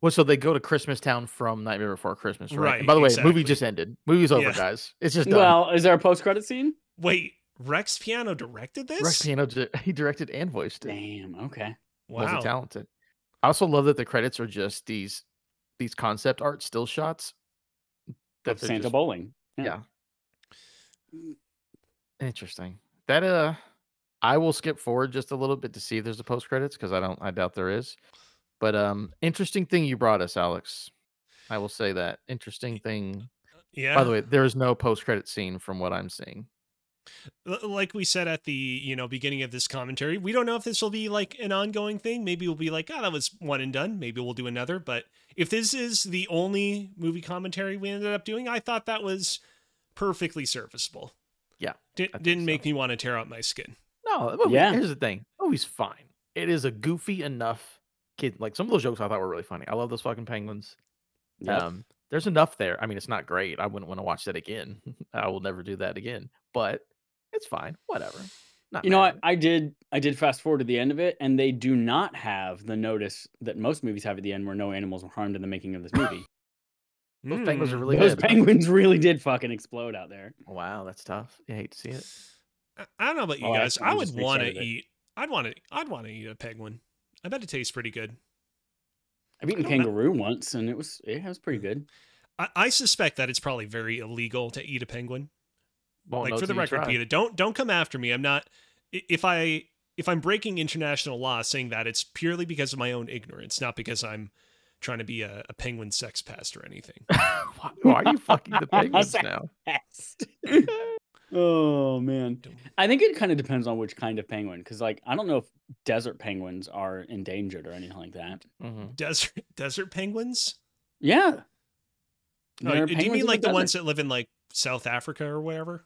well, so they go to Christmas Town from Nightmare Before Christmas, right? Right, And by the way, exactly. movie just ended. Movie's over, Yeah. guys. It's just done. well, is there a post credit scene? Wait, Rex Piano directed this? Rex Piano, di- he directed and voiced it. Damn. Okay. Wow. wow. talented. I also love that the credits are just these these concept art still shots. Of they're Santa just- Bowling. Yeah. Interesting. That uh I will skip forward just a little bit to see if there's a post credits because I don't I doubt there is. But um interesting thing you brought us, Alex. I will say that. Interesting thing. Yeah. By the way, there is no post credit scene from what I'm seeing. L- like we said at the you know beginning of this commentary we don't know if this will be like an ongoing thing maybe we'll be like ah that was one and done maybe we'll do another but if this is the only movie commentary we ended up doing i thought that was perfectly serviceable Yeah, Di- I think didn't so. make me want to tear out my skin No, the movie, Yeah. here's the thing. The movie's fine. It is a goofy enough kid. Like some of those jokes I thought were really funny. I love those fucking penguins. Yep. Um, there's enough there. I mean, it's not great. I wouldn't want to watch that again. I will never do that again. But it's fine. Whatever. Not you know mad what? I did. I did fast forward to the end of it, and they do not have the notice that most movies have at the end, where no animals were harmed in the making of this movie. Those penguins are Mm. really Those good. penguins really did fucking explode out there. Wow, that's tough. I hate to see it. I-, I don't know about you Oh, I- guys i I'm would just want to excited. eat i'd want to i'd want to eat a penguin i bet it tastes pretty good I've eaten I don't know. kangaroo once, and it was it was pretty good. I, I suspect that it's probably very illegal to eat a penguin Oh, Won't like know for the till you record, try. Peter, don't don't come after me. I'm not. i- If I if I'm breaking international law saying that, it's purely because of my own ignorance, not because I'm trying to be a, a penguin sex pest or anything. why, why are you fucking the penguins Sorry. now? Best. oh man, I think it kind of depends on which kind of penguin, because like I don't know if desert penguins are endangered or anything like that. Mhm. Desert desert penguins? Yeah. Oh, There are do you penguins mean in like the desert. ones that live in like South Africa or wherever?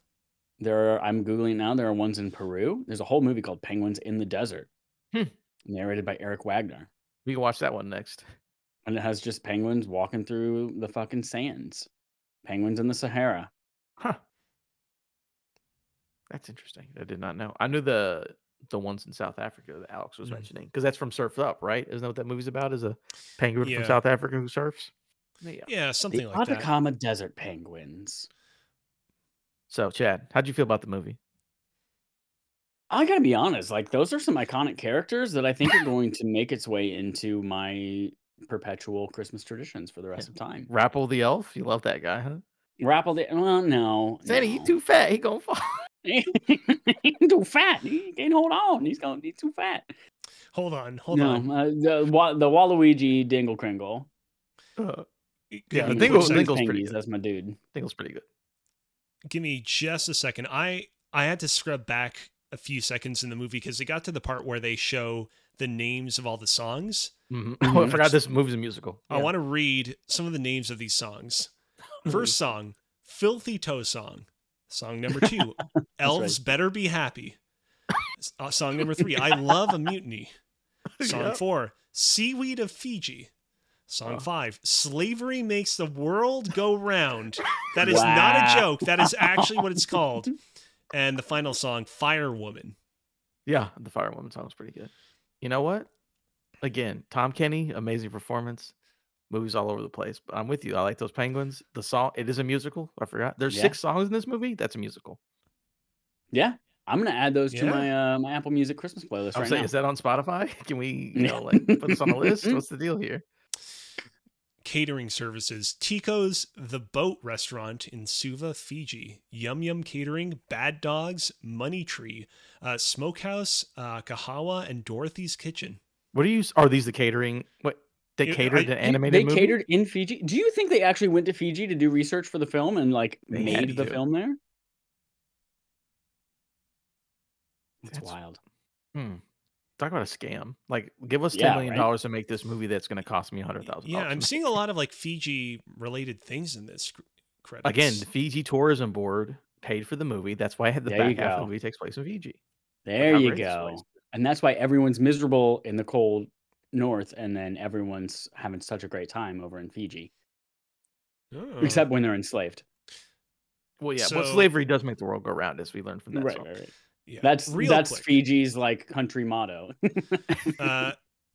There are, I'm Googling now, there are ones in Peru. There's a whole movie called Penguins in the Desert, Hmm. narrated by Eric Wagner. We can watch that one next. And it has just penguins walking through the fucking sands. Penguins in the Sahara. Huh. That's interesting. I did not know. I knew the the ones in South Africa that Alex was Mhm. mentioning because that's from Surf's Up, right? Isn't that what that movie's about? Is a penguin Yeah. from South Africa who surfs? Yeah. Yeah, something the like that. Atacama Desert Penguins. So, Chad, how'd you feel about the movie? I gotta be honest, like those are some iconic characters that I think are going to make its way into my perpetual Christmas traditions for the rest of time. Rapple the elf. You love that guy, huh? Rapple the well, no. Sandy, he no. too fat. He gonna fall. He's too fat. He can't hold on. He's gonna be too fat. Hold on, hold no, on. Uh, the, Wa- the Waluigi Dingle Kringle. Uh, Give Yeah, me one sec. Dingle- Mm, those Dingle- Dingle's pretty penguins, good. That's my dude. Dingle's pretty good. give me just a second. I I had to scrub back a few seconds in the movie because it got to the part where they show the names of all the songs. Mhm. Mhm. Oh, I forgot this movie's a musical. I Yeah. want to read some of the names of these songs. First song, Filthy Toe Song. Song number two, Elves Better Be Happy. S- uh, song number three, I Love a Mutiny. Song Yeah. four, Seaweed of Fiji. Song Oh. five, Slavery Makes the World Go Round. That is not a Wow. joke. That is actually what it's called. And the final song, Fire Woman. Yeah, the Firewoman song was pretty good. You know what? Again, Tom Kenny, amazing performance. Movies all over the place, but I'm with you. I like those penguins. The song, it is a musical. I forgot. There's Yeah. six songs in this movie. That's a musical. Yeah, I'm gonna add those to Yeah. my uh, my Apple Music Christmas playlist I'm right saying, now. is that on Spotify? Can we, you Yeah. know, like put this on a list? What's the deal here? catering services Tico's The Boat Restaurant in Suva, Fiji, Yum Yum Catering, Bad Dogs, Money Tree, uh, Smokehouse, uh, Kahawa, and Dorothy's Kitchen. What do you? s- Are these the catering? What they Yeah, catered I- an you- You- animated they movie? catered in Fiji. Do you think they actually went to Fiji to do research for the film and like They had made the to. film there? That's, That's- wild. Hmm. Talk about a scam. Like, give us ten Yeah, million right? dollars to make this movie that's going to cost me hundred thousand. Yeah, I'm seeing a lot of like Fiji related things in this cr- credits. Again, the Fiji Tourism Board paid for the movie. That's why I had the There you back half of the go. movie takes place in Fiji. Like, There how you great this go. place- And that's why everyone's miserable in the cold north, and then everyone's having such a great time over in Fiji, Hmm. Oh. except when they're enslaved. Well, yeah, but So- slavery does make the world go round, as we learned from that Right, song. right, right. Yeah. That's Real that's quick. Fiji's like country motto. Uh,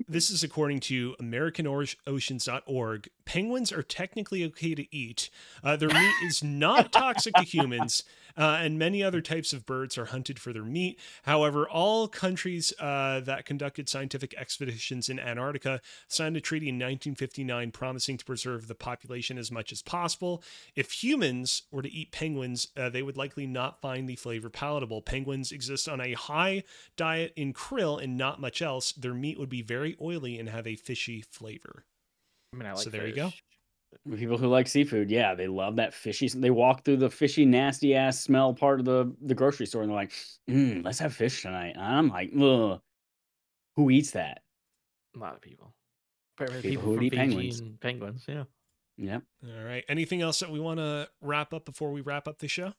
this is according to AmericanOceans.org. Penguins are technically okay to eat. Uh, their meat is not toxic to humans, uh, and many other types of birds are hunted for their meat. However, all countries uh, that conducted scientific expeditions in Antarctica signed a treaty in 1959 promising to preserve the population as much as possible. If humans were to eat penguins, uh, they would likely not find the flavor palatable. Penguins exist on a high diet in krill and not much else, their meat would be very oily and have a fishy flavor. I mean, I So like there you go. fish. People who like seafood, yeah, they love that fishy. They walk through the fishy, nasty ass smell part of the, the grocery store, and they're like, mm, "Let's have fish tonight." And I'm like, Ugh, "Who eats that?" A lot of people. Apparently, People people, who from eat Fiji penguins. and penguins. Yeah. Yep. All right. Anything else that we want to wrap up before we wrap up the show?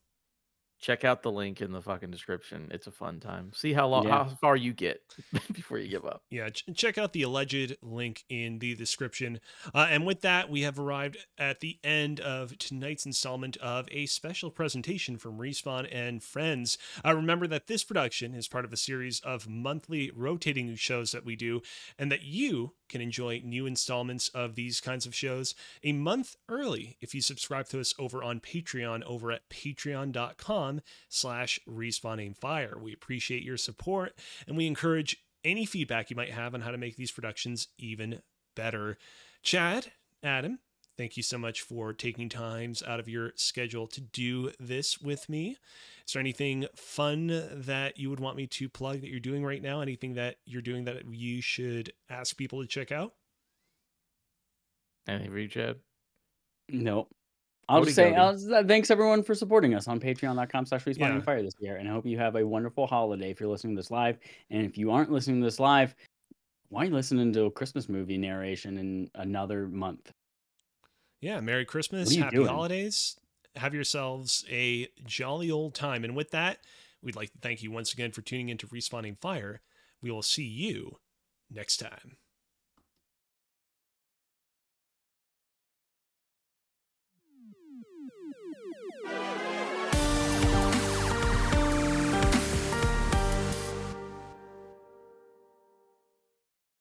Check out the link in the fucking description. It's a fun time. See how long, Yeah. how far you get before you give up. Yeah, ch- check out the alleged link in the description. Uh, and with that, we have arrived at the end of tonight's installment of a special presentation from Respawn and Friends. Uh, remember that this production is part of a series of monthly rotating shows that we do, and that you can enjoy new installments of these kinds of shows a month early if you subscribe to us over on Patreon over at patreon.com slash respawning fire. We appreciate your support and we encourage any feedback you might have on how to make these productions even better. Chad, Adam, thank you so much for taking times out of your schedule to do this with me. Is there anything fun that you would want me to plug that you're doing right now? Anything that you're doing that you should ask people to check out? Anything for you, Chad? Nope. I'll Howdy just say, doody. I'll just- uh, thanks everyone for supporting us on patreon.com slash responding Yeah. fire this year. And I hope you have a wonderful holiday if you're listening to this live. And if you aren't listening to this live, why are you listening to a Christmas movie narration in another month? Yeah, Merry Christmas, What are you Happy doing? Holidays. Have yourselves a jolly old time. And with that, we'd like to thank you once again for tuning in to Respawning Fire. We will see you next time.